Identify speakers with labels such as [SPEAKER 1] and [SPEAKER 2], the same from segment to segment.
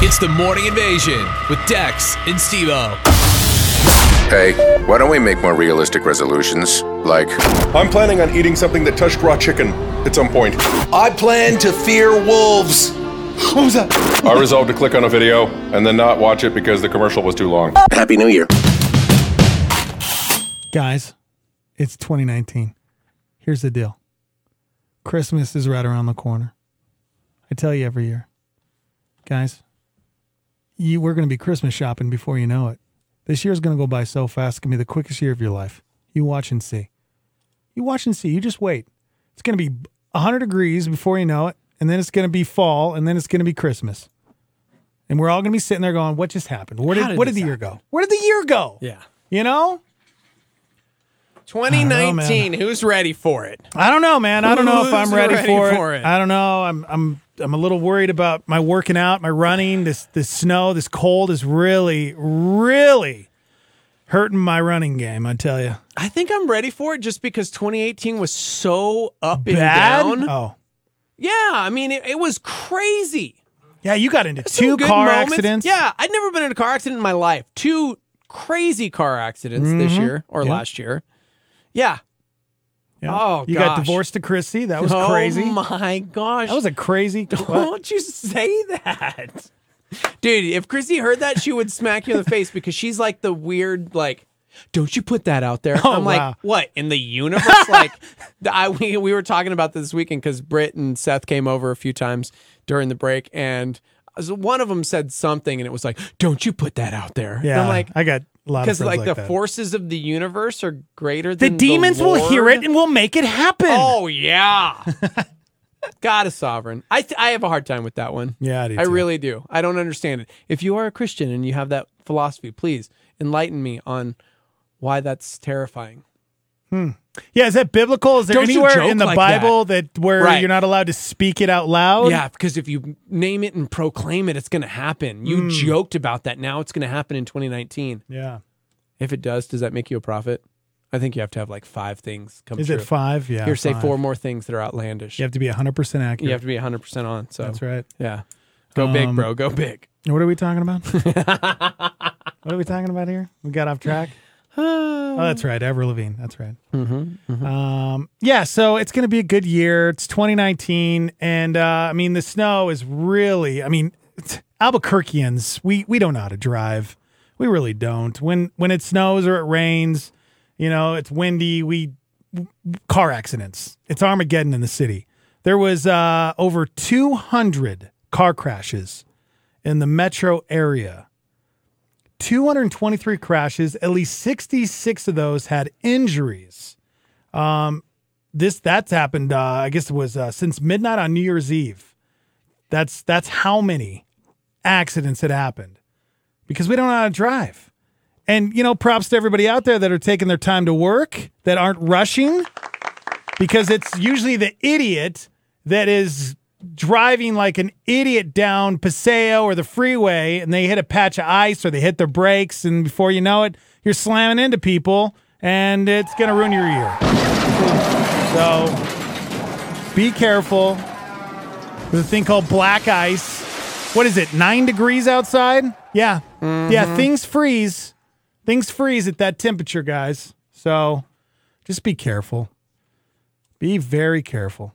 [SPEAKER 1] It's the Morning Invasion with Dex and Stevo.
[SPEAKER 2] Hey, why don't we make more realistic resolutions? Like,
[SPEAKER 3] I'm planning on eating something that touched raw chicken at some point.
[SPEAKER 4] I plan to fear wolves. What was that?
[SPEAKER 3] I resolved to click on a video and then not watch it because the commercial was too long.
[SPEAKER 2] Happy New Year.
[SPEAKER 5] Guys, it's 2019. Here's the deal Christmas is right around the corner. I tell you every year. Guys, you, we're going to be Christmas shopping before you know it. This year's going to go by so fast. It's going to be the quickest year of your life. You watch and see. You watch and see. You just wait. It's going to be 100 degrees before you know it. And then it's going to be fall. And then it's going to be Christmas. And we're all going to be sitting there going, what just happened? Where did,
[SPEAKER 6] How did
[SPEAKER 5] what did
[SPEAKER 6] this
[SPEAKER 5] the year go? Where did the year go?
[SPEAKER 6] Yeah.
[SPEAKER 5] You know? know,
[SPEAKER 6] 2019. who's ready for it?
[SPEAKER 5] I don't know, man. I don't know if I'm
[SPEAKER 6] Who's
[SPEAKER 5] ready,
[SPEAKER 6] ready
[SPEAKER 5] for,
[SPEAKER 6] for
[SPEAKER 5] it.
[SPEAKER 6] it?
[SPEAKER 5] I don't know. I'm I'm I'm a little worried about my working out, my running. This this snow, this cold is really really hurting my running game. I tell you,
[SPEAKER 6] I think I'm ready for it just because 2018 was so up
[SPEAKER 5] bad.
[SPEAKER 6] and down.
[SPEAKER 5] Oh,
[SPEAKER 6] Yeah, I mean it, it was crazy.
[SPEAKER 5] yeah. You got into
[SPEAKER 6] Some
[SPEAKER 5] two
[SPEAKER 6] good
[SPEAKER 5] car
[SPEAKER 6] moments.
[SPEAKER 5] accidents.
[SPEAKER 6] Yeah, I'd never been in a car accident in my life. Two crazy car accidents this year or
[SPEAKER 5] Mm-hmm. Yeah.
[SPEAKER 6] last year. Yeah.
[SPEAKER 5] Yeah.
[SPEAKER 6] Oh,
[SPEAKER 5] you got
[SPEAKER 6] gosh.
[SPEAKER 5] divorced to Chrissy. That was
[SPEAKER 6] oh
[SPEAKER 5] crazy.
[SPEAKER 6] my gosh.
[SPEAKER 5] That was a crazy. what?
[SPEAKER 6] Don't you say that. Dude, if Chrissy heard that, she would smack you in the face because she's like the weird, like, don't you put that out there.
[SPEAKER 5] Oh,
[SPEAKER 6] I'm
[SPEAKER 5] wow.
[SPEAKER 6] like, what, in the universe? like, the- I, we, we were talking about this weekend because Britt and Seth came over a few times during the break, and s- one of them said something, and it was like, don't you put that out there. And
[SPEAKER 5] Yeah,
[SPEAKER 6] I'm like,
[SPEAKER 5] I got a lot of
[SPEAKER 6] because
[SPEAKER 5] friends
[SPEAKER 6] like,
[SPEAKER 5] like,
[SPEAKER 6] the
[SPEAKER 5] that.
[SPEAKER 6] forces of the universe are greater
[SPEAKER 5] the
[SPEAKER 6] than
[SPEAKER 5] demons will hear
[SPEAKER 6] Lord.
[SPEAKER 5] it and will make it happen.
[SPEAKER 6] Oh yeah. God is sovereign. I th- I have a hard time with that one.
[SPEAKER 5] Yeah, I do
[SPEAKER 6] I
[SPEAKER 5] too.
[SPEAKER 6] really do. I don't understand it. If you are a Christian and you have that philosophy, please enlighten me on why that's terrifying.
[SPEAKER 5] Yeah, is that biblical? Is there
[SPEAKER 6] Don't you
[SPEAKER 5] anywhere
[SPEAKER 6] joke
[SPEAKER 5] in the
[SPEAKER 6] like that.
[SPEAKER 5] Bible that, where
[SPEAKER 6] Right.
[SPEAKER 5] you're not allowed to speak it out loud?
[SPEAKER 6] Yeah, because if you name it and proclaim it, it's going to happen.
[SPEAKER 5] Hmm.
[SPEAKER 6] You joked about that. Now it's going to happen in 2019.
[SPEAKER 5] Yeah.
[SPEAKER 6] If it does, does that make you a prophet? I think you have to have like five things come
[SPEAKER 5] Is
[SPEAKER 6] true.
[SPEAKER 5] it five? Yeah.
[SPEAKER 6] Here, say
[SPEAKER 5] five.
[SPEAKER 6] four more things that are outlandish.
[SPEAKER 5] You have to be 100% accurate.
[SPEAKER 6] You have to be 100% on. So
[SPEAKER 5] That's right.
[SPEAKER 6] Yeah. Go big,
[SPEAKER 5] Um,
[SPEAKER 6] bro. Go big.
[SPEAKER 5] What are we talking about? what are we talking about here? We got off track. oh, that's right. Ever Levine. That's right. Um, yeah. So it's going to be a good year. It's 2019. And uh, I mean, the snow is really, I mean, it's- Albuquerqueans, we, we don't know how to drive. We really don't. When, when it snows or it rains, you know, it's windy. We car accidents. It's Armageddon in the city. There was uh, over 200 car crashes in the metro area. 223 crashes, at least 66 of those had injuries. Um, this that's happened. Uh, I guess it was uh, since midnight on New Year's Eve. That's that's how many accidents had happened because we don't know how to drive. And you know, props to everybody out there that are taking their time to work that aren't rushing because it's usually the idiot that is driving like an idiot down Paseo or the freeway and they hit a patch of ice or they hit their brakes and before you know it you're slamming into people and it's going to ruin your year. So be careful. There's a thing called black ice. What is it? 9 degrees outside? Yeah. Yeah, things freeze. Things freeze at that temperature, guys. So just be careful. Be very careful.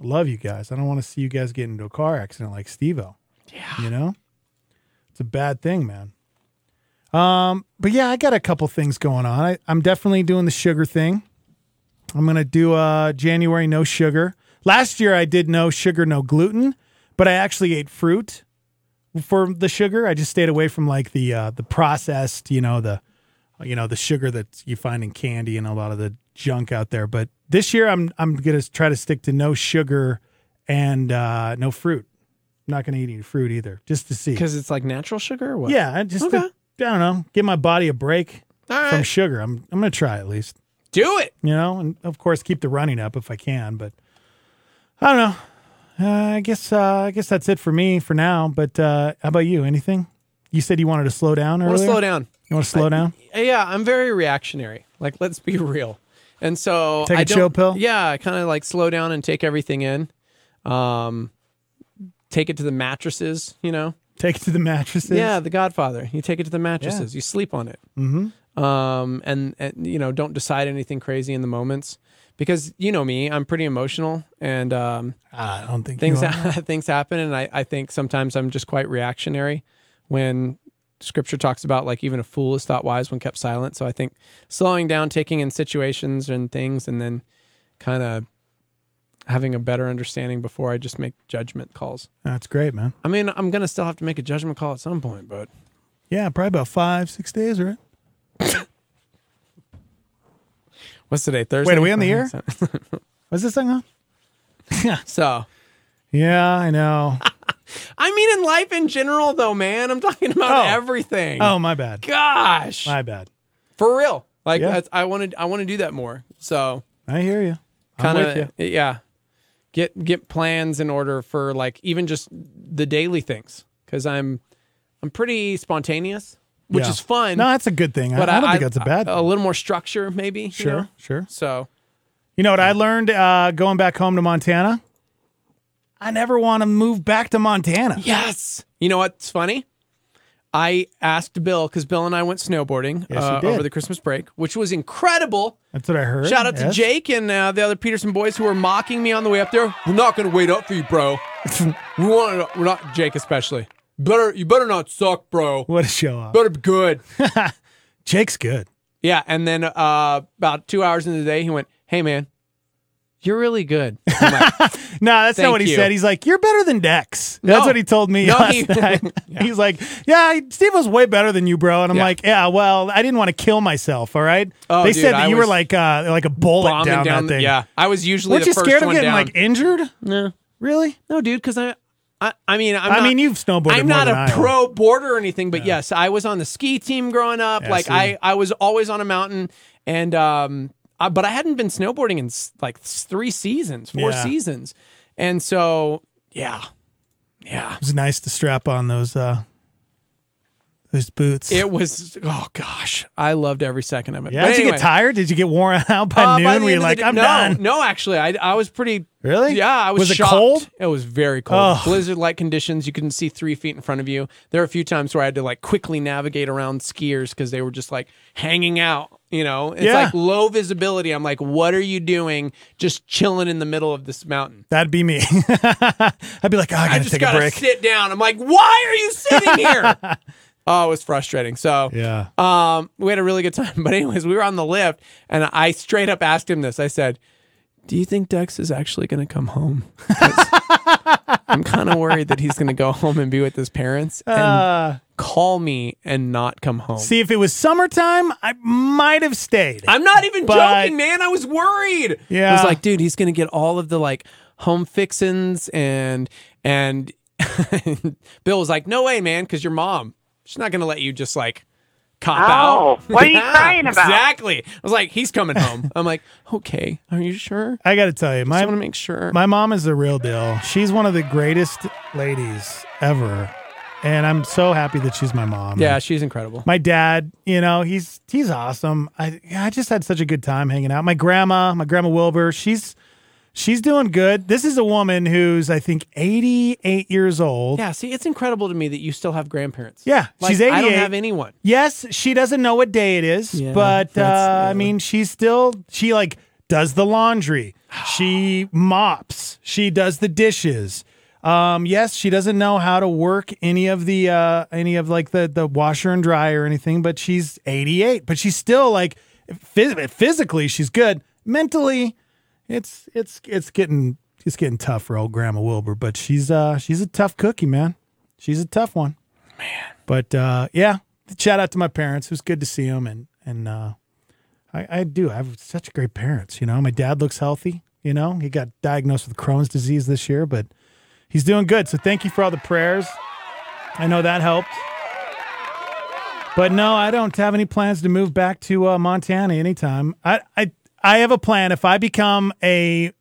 [SPEAKER 5] I love you guys. I don't want to see you guys get into a car accident like Stevo. Yeah. You know? It's a bad thing, man. Um, but yeah, I got a couple things going on. I, I'm definitely doing the sugar thing. I'm gonna do uh January no sugar. Last year I did no sugar, no gluten, but I actually ate fruit for the sugar. I just stayed away from like the uh the processed, you know, the you know the sugar that you find in candy and a lot of the junk out there. But this year, I'm I'm gonna try to stick to no sugar and uh, no fruit. I'm not gonna eat any fruit either, just to see.
[SPEAKER 6] Because it's like natural sugar or what?
[SPEAKER 5] Yeah, I just to-
[SPEAKER 6] Okay.
[SPEAKER 5] I don't know, give my body a break
[SPEAKER 6] All right.
[SPEAKER 5] from sugar. I'm I'm gonna try at least,
[SPEAKER 6] Do it.
[SPEAKER 5] you know, and of course keep the running up if I can. But I don't know. Uh, I guess uh, I guess that's it for me for now. But uh, how about you? Anything? You said you wanted to slow down
[SPEAKER 6] I
[SPEAKER 5] earlier.
[SPEAKER 6] want to slow down.
[SPEAKER 5] You want to slow down?
[SPEAKER 6] Yeah, I'm very reactionary. Like, let's be real. And so
[SPEAKER 5] Take
[SPEAKER 6] I
[SPEAKER 5] a chill
[SPEAKER 6] don't-
[SPEAKER 5] pill?
[SPEAKER 6] Yeah, I kind of like slow down and take everything in. Um, take it to the mattresses. You know,
[SPEAKER 5] Take it to the mattresses.
[SPEAKER 6] Yeah, The Godfather. You take it to the mattresses. You sleep on it. Mm-hmm. Um, and, and you know, don't decide anything crazy in the moments because you know me, I'm pretty emotional, and um,
[SPEAKER 5] Ah, I don't think
[SPEAKER 6] things
[SPEAKER 5] you are.
[SPEAKER 6] ha- things happen, and I, I think sometimes I'm just quite reactionary when Scripture talks about like even a fool is thought wise when kept silent. So I think slowing down, taking in situations and things, and then kind of having a better understanding before I just make judgment calls.
[SPEAKER 5] That's great, man.
[SPEAKER 6] I mean, I'm gonna still have to make a judgment call at some point, but
[SPEAKER 5] Yeah, probably about five, six days, right?
[SPEAKER 6] what's today? Thursday.
[SPEAKER 5] Wait,
[SPEAKER 6] Uh-huh.
[SPEAKER 5] are we on the air?
[SPEAKER 6] So-
[SPEAKER 5] Was this thing on?
[SPEAKER 6] so.
[SPEAKER 5] Yeah, I know.
[SPEAKER 6] I mean, in life in general, though, man, I'm talking about
[SPEAKER 5] Oh.
[SPEAKER 6] everything.
[SPEAKER 5] Oh, my bad.
[SPEAKER 6] gosh,
[SPEAKER 5] My bad.
[SPEAKER 6] for real. Like
[SPEAKER 5] Yeah.
[SPEAKER 6] that's, I wanted, I want to do that more. So
[SPEAKER 5] I hear you. I'm
[SPEAKER 6] kind
[SPEAKER 5] with you.
[SPEAKER 6] of, yeah, get get plans in order for like even just the daily things because I'm I'm pretty spontaneous, which
[SPEAKER 5] Yeah.
[SPEAKER 6] is fun.
[SPEAKER 5] No, that's a good thing. I- I, don't think that's a bad
[SPEAKER 6] A
[SPEAKER 5] thing.
[SPEAKER 6] little more structure, maybe. you
[SPEAKER 5] Sure,
[SPEAKER 6] know?
[SPEAKER 5] sure.
[SPEAKER 6] So
[SPEAKER 5] You know what I learned uh, going back home to Montana? I never want to move back to Montana.
[SPEAKER 6] Yes. You know what's funny? I asked Bill because Bill and I went snowboarding
[SPEAKER 5] Yes, you
[SPEAKER 6] uh,
[SPEAKER 5] did.
[SPEAKER 6] over the Christmas break, which was incredible.
[SPEAKER 5] That's what I heard.
[SPEAKER 6] Shout out to
[SPEAKER 5] Yes.
[SPEAKER 6] Jake and uh, the other Peterson boys who were mocking me on the way up there. We're not going to wait up for you, bro. we want to. We're not Jake especially. Better you better not suck, bro.
[SPEAKER 5] What a show off.
[SPEAKER 6] Better be good.
[SPEAKER 5] Jake's good.
[SPEAKER 6] yeah. And then uh, about two hours into the day, he went, "Hey man, you're really good." I'm like,
[SPEAKER 5] No, that's
[SPEAKER 6] Thank
[SPEAKER 5] not what he
[SPEAKER 6] you.
[SPEAKER 5] said. He's like, you're better than Dex.
[SPEAKER 6] No.
[SPEAKER 5] That's what he told me
[SPEAKER 6] No,
[SPEAKER 5] last
[SPEAKER 6] he-
[SPEAKER 5] night. He's like, yeah, Steve was way better than you, bro. And I'm
[SPEAKER 6] Yeah.
[SPEAKER 5] like, yeah, well, I didn't want to kill myself. All right.
[SPEAKER 6] Oh,
[SPEAKER 5] they
[SPEAKER 6] dude,
[SPEAKER 5] said that
[SPEAKER 6] I
[SPEAKER 5] you
[SPEAKER 6] was
[SPEAKER 5] were like, uh, like a bullet
[SPEAKER 6] bombing
[SPEAKER 5] down, that
[SPEAKER 6] the-
[SPEAKER 5] thing.
[SPEAKER 6] Yeah. I was usually
[SPEAKER 5] Weren't
[SPEAKER 6] the
[SPEAKER 5] you
[SPEAKER 6] first
[SPEAKER 5] scared of
[SPEAKER 6] one
[SPEAKER 5] getting
[SPEAKER 6] down.
[SPEAKER 5] like injured?
[SPEAKER 6] No.
[SPEAKER 5] Really?
[SPEAKER 6] No, dude, because I, I, I mean, I'm
[SPEAKER 5] i
[SPEAKER 6] not-
[SPEAKER 5] mean, you've snowboarded.
[SPEAKER 6] I'm
[SPEAKER 5] more
[SPEAKER 6] not
[SPEAKER 5] than I
[SPEAKER 6] a
[SPEAKER 5] have.
[SPEAKER 6] pro boarder or anything, but yes, I was on the ski team growing up.
[SPEAKER 5] Yeah,
[SPEAKER 6] like
[SPEAKER 5] see.
[SPEAKER 6] I, I was always on a mountain, and um, I, but I hadn't been snowboarding in s- like s- three seasons, four
[SPEAKER 5] Yeah.
[SPEAKER 6] seasons, and so yeah, yeah,
[SPEAKER 5] It was nice to strap on those uh those boots.
[SPEAKER 6] it was. Oh gosh, I loved every second of it.
[SPEAKER 5] yeah.
[SPEAKER 6] But
[SPEAKER 5] Did you
[SPEAKER 6] anyway,
[SPEAKER 5] get tired? Did you get worn out by
[SPEAKER 6] uh, by
[SPEAKER 5] noon?
[SPEAKER 6] the
[SPEAKER 5] Were
[SPEAKER 6] end
[SPEAKER 5] you
[SPEAKER 6] of the
[SPEAKER 5] like,
[SPEAKER 6] day-
[SPEAKER 5] I'm
[SPEAKER 6] no,
[SPEAKER 5] done?
[SPEAKER 6] No, actually, I, I was pretty.
[SPEAKER 5] Really?
[SPEAKER 6] Yeah, I was.
[SPEAKER 5] Was it
[SPEAKER 6] shocked.
[SPEAKER 5] cold?
[SPEAKER 6] It was very cold.
[SPEAKER 5] Ugh.
[SPEAKER 6] Blizzard-like conditions. You couldn't see three feet in front of you. There were a few times where I had to like quickly navigate around skiers because they were just like hanging out. You know, it's
[SPEAKER 5] Yeah.
[SPEAKER 6] like low visibility. I'm like, what are you doing? Just chilling in the middle of this mountain.
[SPEAKER 5] That'd be me. I'd be like, oh, I
[SPEAKER 6] I
[SPEAKER 5] gotta
[SPEAKER 6] just
[SPEAKER 5] take a
[SPEAKER 6] gotta
[SPEAKER 5] break.
[SPEAKER 6] sit down. I'm like, why are you sitting here? oh, it was frustrating. So
[SPEAKER 5] Yeah.
[SPEAKER 6] um, we had a really good time. But anyways, we were on the lift, and I straight up asked him this. I said, "Do you think Dex is actually going to come home?" 'Cause I'm kind of worried that he's going to go home and be with his parents and
[SPEAKER 5] Uh,
[SPEAKER 6] call me and not come home.
[SPEAKER 5] see, if it was summertime, I might have stayed.
[SPEAKER 6] I'm not even
[SPEAKER 5] But-
[SPEAKER 6] joking, man. I was worried. I
[SPEAKER 5] Yeah.
[SPEAKER 6] was like, dude, he's gonna get all of the like home fixins and and Bill was like, no way, man, because your mom, she's not gonna let you just like cop
[SPEAKER 7] Oh,
[SPEAKER 6] out.
[SPEAKER 7] what are you crying about?
[SPEAKER 6] Exactly. I was like, he's coming home. I'm like, okay, are you sure?
[SPEAKER 5] I gotta tell you,
[SPEAKER 6] I
[SPEAKER 5] my
[SPEAKER 6] want to make sure.
[SPEAKER 5] my mom is the real deal. She's one of the greatest ladies ever, and I'm so happy that she's my mom.
[SPEAKER 6] yeah, she's incredible.
[SPEAKER 5] my dad, you know, he's he's awesome. I I just had such a good time hanging out. My grandma, my grandma Wilbur, she's she's doing good. This is a woman who's I think 88 years old.
[SPEAKER 6] yeah, see, it's incredible to me that you still have grandparents.
[SPEAKER 5] Yeah,
[SPEAKER 6] Like,
[SPEAKER 5] she's
[SPEAKER 6] I don't
[SPEAKER 5] 88.
[SPEAKER 6] have anyone.
[SPEAKER 5] Yes, she doesn't know what day it is,
[SPEAKER 6] Yeah,
[SPEAKER 5] but uh,
[SPEAKER 6] that's-
[SPEAKER 5] I mean, she's still she like does the laundry, she mops, she does the dishes. Um, yes, she doesn't know how to work any of the uh, any of like the the washer and dryer or anything, but she's 88, but she's still like phys- physically she's good. Mentally, it's it's it's getting it's getting tough for old Grandma Wilbur, but she's uh she's a tough cookie, man. She's a tough one. But uh, yeah, shout out to my parents. It was good to see them, and and uh, I, I do. I have such great parents. You know, my dad looks healthy. You know, he got diagnosed with Crohn's disease this year, but he's doing good. So thank you for all the prayers. I know that helped. But no, I don't have any plans to move back to uh, Montana anytime. I, I I have a plan. If I become a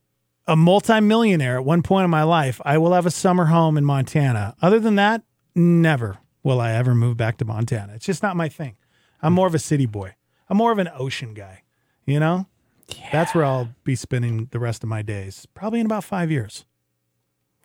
[SPEAKER 5] a multimillionaire at one point in my life, I will have a summer home in Montana. Other than that, never will I ever move back to Montana. It's just not my thing. I'm more of a city boy. I'm more of an ocean guy. You know, that's where I'll be spending the rest of my days. Probably in about five years.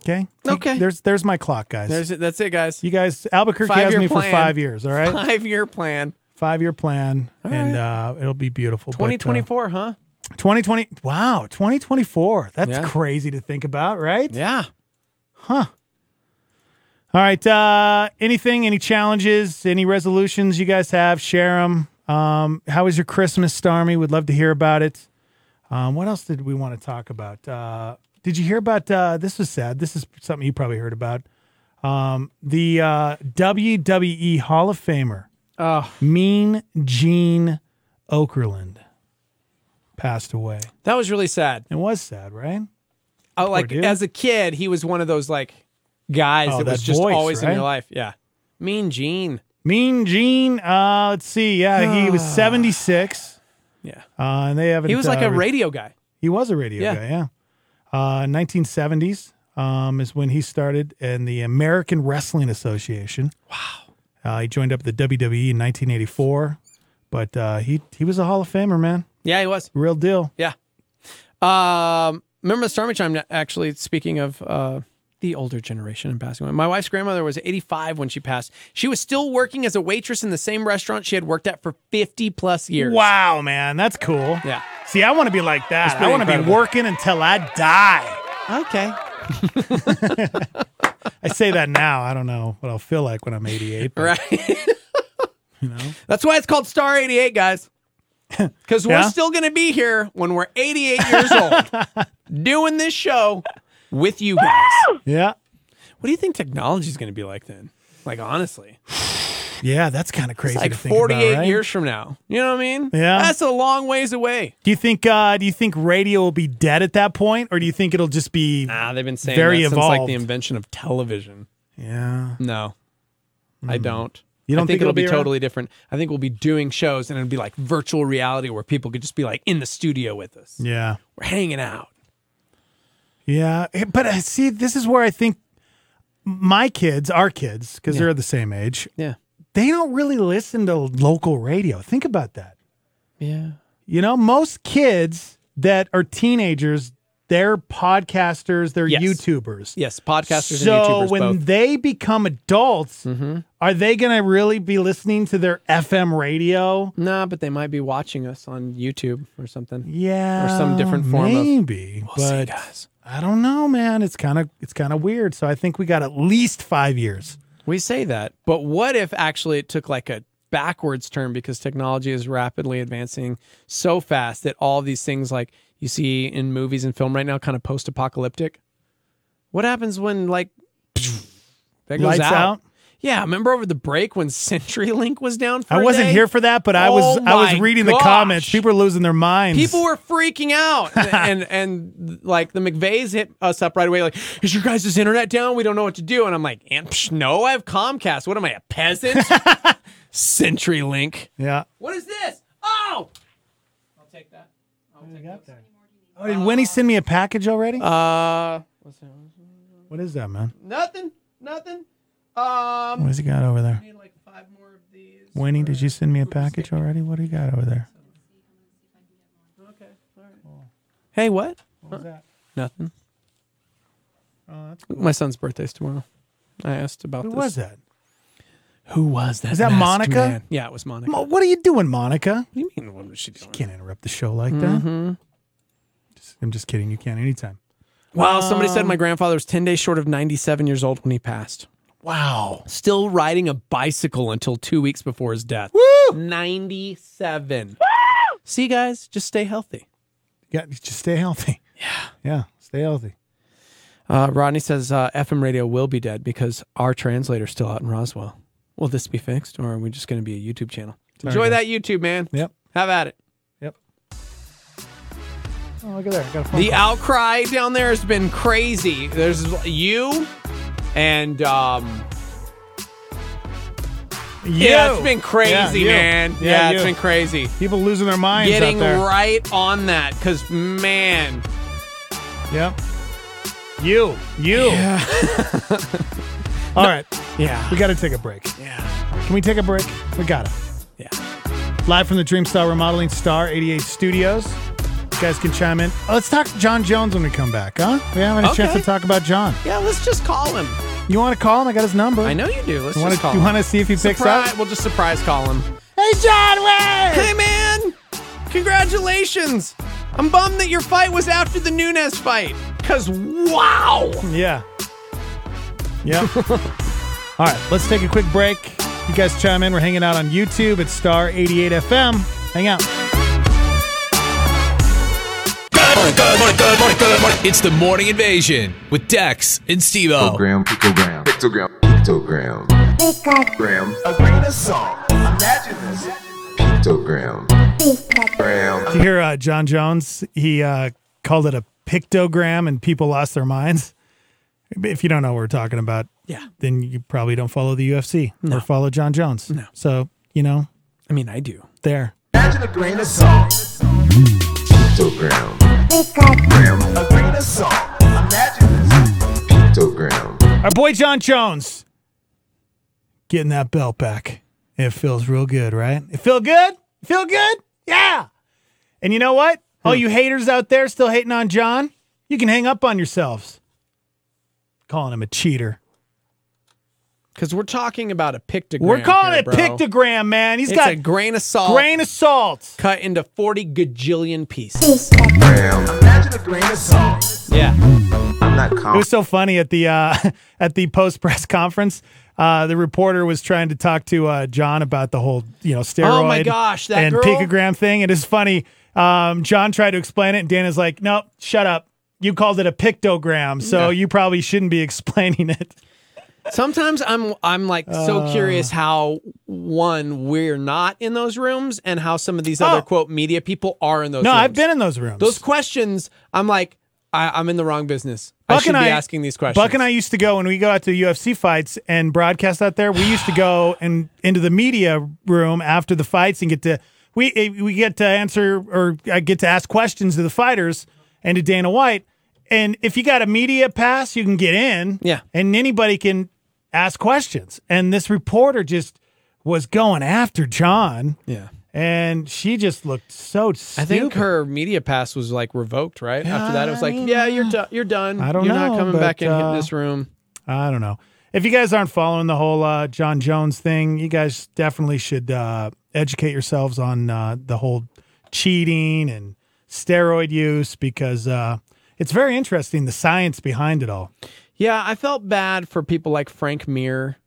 [SPEAKER 5] Okay.
[SPEAKER 6] Okay.
[SPEAKER 5] There's there's my clock, guys.
[SPEAKER 6] There's it. That's it, guys.
[SPEAKER 5] you guys, Albuquerque
[SPEAKER 6] Five-year
[SPEAKER 5] has me for
[SPEAKER 6] plan.
[SPEAKER 5] five years. All right, uh,
[SPEAKER 6] Five year plan.
[SPEAKER 5] five year plan, and uh, it'll be beautiful. but, uh,
[SPEAKER 6] 2024, huh?
[SPEAKER 5] 2020. Wow, 2024. That's
[SPEAKER 6] Yeah.
[SPEAKER 5] crazy to think about, right?
[SPEAKER 6] Yeah.
[SPEAKER 5] All right. Uh, anything? Any challenges? Any resolutions you guys have? Share them. Um, how was your Christmas, Starmy? We'd love to hear about it. Um, what else did we want to talk about? Uh, did you hear about? Uh, this was sad. This is something you probably heard about. Um, the uh, WWE Hall of Famer,
[SPEAKER 6] Oh,
[SPEAKER 5] Mean Gene Okerlund, passed away.
[SPEAKER 6] that was really sad.
[SPEAKER 5] It was sad, right?
[SPEAKER 6] I, like
[SPEAKER 5] dude.
[SPEAKER 6] as a kid, he was one of those like guys
[SPEAKER 5] Oh,
[SPEAKER 6] that was
[SPEAKER 5] that
[SPEAKER 6] just
[SPEAKER 5] voice,
[SPEAKER 6] always in
[SPEAKER 5] right?
[SPEAKER 6] your life. Yeah. Mean Gene.
[SPEAKER 5] Mean Gene. Uh, let's see. Yeah, he was 76.
[SPEAKER 6] Yeah.
[SPEAKER 5] Uh, and they haven't.
[SPEAKER 6] He was like
[SPEAKER 5] uh,
[SPEAKER 6] a
[SPEAKER 5] re-
[SPEAKER 6] radio guy.
[SPEAKER 5] He was a radio
[SPEAKER 6] Yeah.
[SPEAKER 5] guy. Yeah. Uh, 1970s um, is when he started in the American Wrestling Association. Wow. Uh, he joined up the WWE in 1984, but uh, he he was a Hall of Famer, man.
[SPEAKER 6] Yeah, he was.
[SPEAKER 5] Real deal.
[SPEAKER 6] Yeah. Um, remember the Starmy Chime? Actually, speaking of uh, the older generation and passing away, my wife's grandmother was 85 when she passed. She was still working as a waitress in the same restaurant she had worked at for 50 plus years.
[SPEAKER 5] Wow, man, that's cool.
[SPEAKER 6] Yeah.
[SPEAKER 5] See, I want to be like that. I
[SPEAKER 6] pretty
[SPEAKER 5] want to be
[SPEAKER 6] incredible.
[SPEAKER 5] working until I die.
[SPEAKER 6] Okay.
[SPEAKER 5] I say that now. I don't know what I'll feel like when I'm 88. but-
[SPEAKER 6] Right. That's why it's called Star 88, guys. Because we're
[SPEAKER 5] Yeah?
[SPEAKER 6] still going to be here when we're 88 years old doing this show with you guys.
[SPEAKER 5] Yeah.
[SPEAKER 6] What do you think technology is going to be like then? Like, honestly,
[SPEAKER 5] Yeah, that's kind of crazy.
[SPEAKER 6] like
[SPEAKER 5] to think about,
[SPEAKER 6] 48
[SPEAKER 5] right?
[SPEAKER 6] years from now. You know what I mean?
[SPEAKER 5] Yeah.
[SPEAKER 6] That's a long ways away.
[SPEAKER 5] Do you think? Uh, do you think radio will be dead at that point, or do you think it'll just be?
[SPEAKER 6] Ah, they've been saying
[SPEAKER 5] Very
[SPEAKER 6] that since like
[SPEAKER 5] evolved.
[SPEAKER 6] the invention of television.
[SPEAKER 5] Yeah.
[SPEAKER 6] No, I don't.
[SPEAKER 5] Hmm. You don't
[SPEAKER 6] I
[SPEAKER 5] think
[SPEAKER 6] think,
[SPEAKER 5] it'll
[SPEAKER 6] it'll be,
[SPEAKER 5] be around?
[SPEAKER 6] totally different. I think we'll be doing shows and it'll be like virtual reality where people could just be like in the studio with us.
[SPEAKER 5] Yeah.
[SPEAKER 6] We're hanging out.
[SPEAKER 5] Yeah. Eh, But I see, this is where I think my kids, our kids, because they're the same age,
[SPEAKER 6] Yeah.
[SPEAKER 5] they don't really listen to local radio. Think about that.
[SPEAKER 6] Yeah.
[SPEAKER 5] You know, most kids that are teenagers, they're podcasters, they're
[SPEAKER 6] Yes.
[SPEAKER 5] YouTubers.
[SPEAKER 6] Yes, podcasters
[SPEAKER 5] so
[SPEAKER 6] and YouTubers
[SPEAKER 5] when
[SPEAKER 6] both. Mm-hmm.
[SPEAKER 5] they become adults, are they going to really be listening to their FM radio?
[SPEAKER 6] Nah, but they might be watching us on YouTube or something.
[SPEAKER 5] Yeah,
[SPEAKER 6] some different form of-
[SPEAKER 5] maybe,
[SPEAKER 6] We'll see,
[SPEAKER 5] but
[SPEAKER 6] guys.
[SPEAKER 5] I don't know, man. It's kind of it's kind of weird. So I think we got at least five years.
[SPEAKER 6] We say that, but what if actually it took like a backwards turn because technology is rapidly advancing so fast that all these things like you see in movies and film right now kind of post apocalyptic? What happens when like that goes
[SPEAKER 5] Lights
[SPEAKER 6] out?
[SPEAKER 5] out.
[SPEAKER 6] Yeah, remember over the break when CenturyLink was down for
[SPEAKER 5] I
[SPEAKER 6] a
[SPEAKER 5] wasn't
[SPEAKER 6] day?
[SPEAKER 5] here for that, but I
[SPEAKER 6] Oh
[SPEAKER 5] was I was
[SPEAKER 6] my
[SPEAKER 5] reading the
[SPEAKER 6] gosh.
[SPEAKER 5] comments. People were losing their minds.
[SPEAKER 6] People were freaking out, and, and and like the McVeighs hit us up right away. Like, is your guys' internet down? We don't know what to do. And I'm like, and psh, no, I have Comcast. What am I, a peasant? CenturyLink.
[SPEAKER 5] yeah.
[SPEAKER 6] What is this? Oh, I'll take that.
[SPEAKER 5] Oh, did Winnie send me a package already?
[SPEAKER 6] Uh,
[SPEAKER 5] what is that, man?
[SPEAKER 6] nothing, nothing. Um,
[SPEAKER 5] What has he got over there?
[SPEAKER 6] need like five more of these.
[SPEAKER 5] Winnie, did you send me a package already? What do you got over there?
[SPEAKER 6] Hey, what?
[SPEAKER 5] What was that?
[SPEAKER 6] Nothing.
[SPEAKER 5] Oh, that's
[SPEAKER 6] My son's birthday's tomorrow. I asked about
[SPEAKER 5] Who
[SPEAKER 6] this.
[SPEAKER 5] was that?
[SPEAKER 6] Who was that?
[SPEAKER 5] Is that
[SPEAKER 6] masked
[SPEAKER 5] Monica?
[SPEAKER 6] man? Yeah, it was Monica.
[SPEAKER 5] Mo- What are you doing, Monica?
[SPEAKER 6] What do you mean? What was she doing?
[SPEAKER 5] Can't interrupt the show like
[SPEAKER 6] Mm-hmm.
[SPEAKER 5] that. Just, I'm just kidding. You can anytime.
[SPEAKER 6] Wow, somebody
[SPEAKER 5] Um,
[SPEAKER 6] said my grandfather was 10 days short of 97 years old when he passed.
[SPEAKER 5] Wow.
[SPEAKER 6] Still riding a bicycle until two weeks before his death. 97. See, guys, just stay healthy.
[SPEAKER 5] Yeah, just stay healthy. Yeah. Yeah. Stay healthy.
[SPEAKER 6] Uh, Rodney says uh, FM radio will be dead because our translator's still out in Roswell. Will this be fixed, or are we just going to be a YouTube channel? Enjoy that YouTube, man.
[SPEAKER 5] Yep.
[SPEAKER 6] Have at it.
[SPEAKER 5] Yep. Oh, look at there. I got a phone
[SPEAKER 6] The
[SPEAKER 5] call.
[SPEAKER 6] outcry down there has been crazy. There's you and um, yeah,
[SPEAKER 5] You.
[SPEAKER 6] it's been crazy,
[SPEAKER 5] you.
[SPEAKER 6] man. Yeah,
[SPEAKER 5] you.
[SPEAKER 6] it's been crazy.
[SPEAKER 5] people losing their minds
[SPEAKER 6] Getting
[SPEAKER 5] out there.
[SPEAKER 6] right on that, cause man,
[SPEAKER 5] Yep. You. You. All right.
[SPEAKER 6] yeah,
[SPEAKER 5] We got to take a break.
[SPEAKER 6] yeah,
[SPEAKER 5] Can we take a break? We got to.
[SPEAKER 6] yeah.
[SPEAKER 5] Live from the Dreamstyle Remodeling Star 88 Studios. You guys can chime in. Oh, Let's talk John Jones when we come back, huh? We haven't had a chance
[SPEAKER 6] Okay.
[SPEAKER 5] to talk about John.
[SPEAKER 6] Yeah, let's just call him.
[SPEAKER 5] You want to call him? I got his number.
[SPEAKER 6] I know you do. Let's
[SPEAKER 5] You
[SPEAKER 6] just
[SPEAKER 5] want
[SPEAKER 6] call
[SPEAKER 5] to? You
[SPEAKER 6] him.
[SPEAKER 5] want to see if he picks
[SPEAKER 6] surprise,
[SPEAKER 5] up?
[SPEAKER 6] We'll just surprise call him.
[SPEAKER 5] Hey, John, where?
[SPEAKER 6] Hey, man! Congratulations! I'm bummed that your fight was after the Nunes fight. Cause wow!
[SPEAKER 5] Yeah. Yeah. All right, let's take a quick break. You guys chime in. We're hanging out on YouTube at Star 88 FM. Hang out.
[SPEAKER 1] It's the Morning Invasion with Dex and Steve O.
[SPEAKER 7] Pictogram, pictogram, pictogram, pictogram. Pictogram. A greater song. Imagine this. Pictogram. Pictogram.
[SPEAKER 5] You hear uh, John Jones? He uh, called it a pictogram, and people lost their minds. If you don't know what we're talking about,
[SPEAKER 6] Yeah.
[SPEAKER 5] then you probably don't follow the UFC or follow John Jones. No. So you know,
[SPEAKER 6] I mean, I do.
[SPEAKER 5] there.
[SPEAKER 7] Imagine a grain of salt. Pictogram. Pictogram. A grain of salt. Imagine this. Pictogram.
[SPEAKER 5] Our boy John Jones getting that belt back. It feels real good, right? It feel good? It feel good? Yeah. And you know what?
[SPEAKER 6] Hmm.
[SPEAKER 5] All you haters out there still hating on John, you can hang up on yourselves. Calling him a cheater.
[SPEAKER 6] Cause we're talking about a pictogram.
[SPEAKER 5] We're calling
[SPEAKER 6] here,
[SPEAKER 5] it
[SPEAKER 6] bro.
[SPEAKER 5] pictogram, man. He's
[SPEAKER 6] It's
[SPEAKER 5] got
[SPEAKER 6] a grain of salt
[SPEAKER 5] grain of salt.
[SPEAKER 6] cut into 40 gajillion pieces.
[SPEAKER 7] Pictogram. Imagine a grain of salt.
[SPEAKER 6] Yeah.
[SPEAKER 7] I'm not
[SPEAKER 5] It
[SPEAKER 7] calm.
[SPEAKER 5] was so funny at the uh, at the post press conference. Uh, the reporter was trying to talk to uh, John about the whole you know steroid.
[SPEAKER 6] Oh my gosh, that
[SPEAKER 5] and
[SPEAKER 6] girl?
[SPEAKER 5] picogram thing. It is funny. Um, John tried to explain it, and Dan is like, "Nope, shut up. You called it a pictogram, so you probably shouldn't be explaining it."
[SPEAKER 6] Sometimes I'm I'm like so
[SPEAKER 5] Uh.
[SPEAKER 6] curious how one we're not in those rooms and how some of these
[SPEAKER 5] Oh.
[SPEAKER 6] other quote media people are in those
[SPEAKER 5] No,
[SPEAKER 6] rooms.
[SPEAKER 5] I've been in those rooms.
[SPEAKER 6] those questions. I'm like I, I'm in the wrong business. I should
[SPEAKER 5] and
[SPEAKER 6] be asking these questions.
[SPEAKER 5] Buck and I used to go when we go out to UFC fights and broadcast out there. We used to go and into the media room after the fights and get to we eh, we get to answer or I get to ask questions to the fighters and to Dana White. And if you got a media pass, you can get in.
[SPEAKER 6] Yeah.
[SPEAKER 5] and anybody can ask questions. And this reporter just was going after John.
[SPEAKER 6] Yeah.
[SPEAKER 5] and she just looked so. Stupid.
[SPEAKER 6] I think her media pass was like revoked, right? After that, it was
[SPEAKER 5] I
[SPEAKER 6] like,
[SPEAKER 5] mean,
[SPEAKER 6] yeah, you're do- you're done.
[SPEAKER 5] I don't
[SPEAKER 6] you're
[SPEAKER 5] know,
[SPEAKER 6] not coming
[SPEAKER 5] but,
[SPEAKER 6] back in
[SPEAKER 5] uh,
[SPEAKER 6] this room.
[SPEAKER 5] I don't know. If you guys aren't following the whole uh, John Jones thing, you guys definitely should uh, educate yourselves on uh, the whole cheating and steroid use because uh, it's very interesting the science behind it all.
[SPEAKER 6] Yeah, I felt bad for people like Frank Mir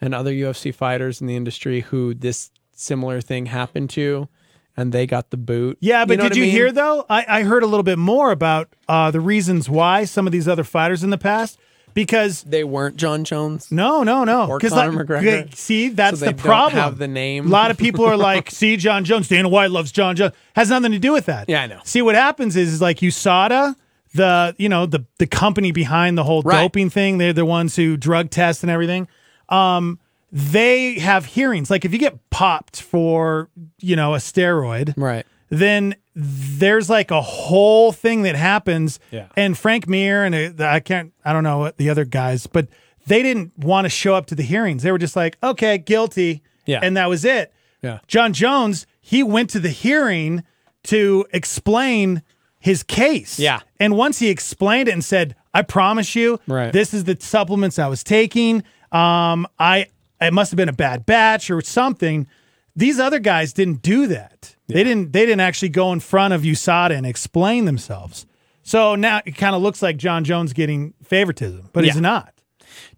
[SPEAKER 6] and other UFC fighters in the industry who this similar thing happened to, and they got the boot.
[SPEAKER 5] Yeah, but
[SPEAKER 6] know
[SPEAKER 5] did
[SPEAKER 6] what I
[SPEAKER 5] you
[SPEAKER 6] mean?
[SPEAKER 5] hear though? I, I heard a little bit more about uh, the reasons why some of these other fighters in the past because.
[SPEAKER 6] they weren't John Jones?
[SPEAKER 5] No, no, no.
[SPEAKER 6] Or
[SPEAKER 5] 'Cause,
[SPEAKER 6] Conor McGregor.
[SPEAKER 5] g- See, that's
[SPEAKER 6] So
[SPEAKER 5] the
[SPEAKER 6] they don't
[SPEAKER 5] problem.
[SPEAKER 6] have the name.
[SPEAKER 5] A lot of people are like, "See, John Jones. Dana White loves John Jones." Has nothing to do with that.
[SPEAKER 6] Yeah, I know.
[SPEAKER 5] See, what happens is, is like USADA, the you know the the company behind the whole
[SPEAKER 6] Right.
[SPEAKER 5] doping thing. They're the ones who drug test and everything. Um, they have hearings. Like if you get popped for you know a steroid,
[SPEAKER 6] Right.
[SPEAKER 5] then there's like a whole thing that happens.
[SPEAKER 6] Yeah.
[SPEAKER 5] And Frank Mir and uh, the- I can't, I don't know what the other guys, but they didn't want to show up to the hearings. They were just like, okay, guilty.
[SPEAKER 6] Yeah.
[SPEAKER 5] And that was it.
[SPEAKER 6] Yeah.
[SPEAKER 5] John Jones, he went to the hearing to explain his case.
[SPEAKER 6] Yeah.
[SPEAKER 5] And once he explained it and said, I promise you,
[SPEAKER 6] Right.
[SPEAKER 5] this is the supplements I was taking. Um, I it must have been a bad batch or something. These other guys didn't do that. They didn't they didn't actually go in front of USADA and explain themselves. So now it kind of looks like John Jones getting favoritism, but he's
[SPEAKER 6] Yeah.
[SPEAKER 5] not.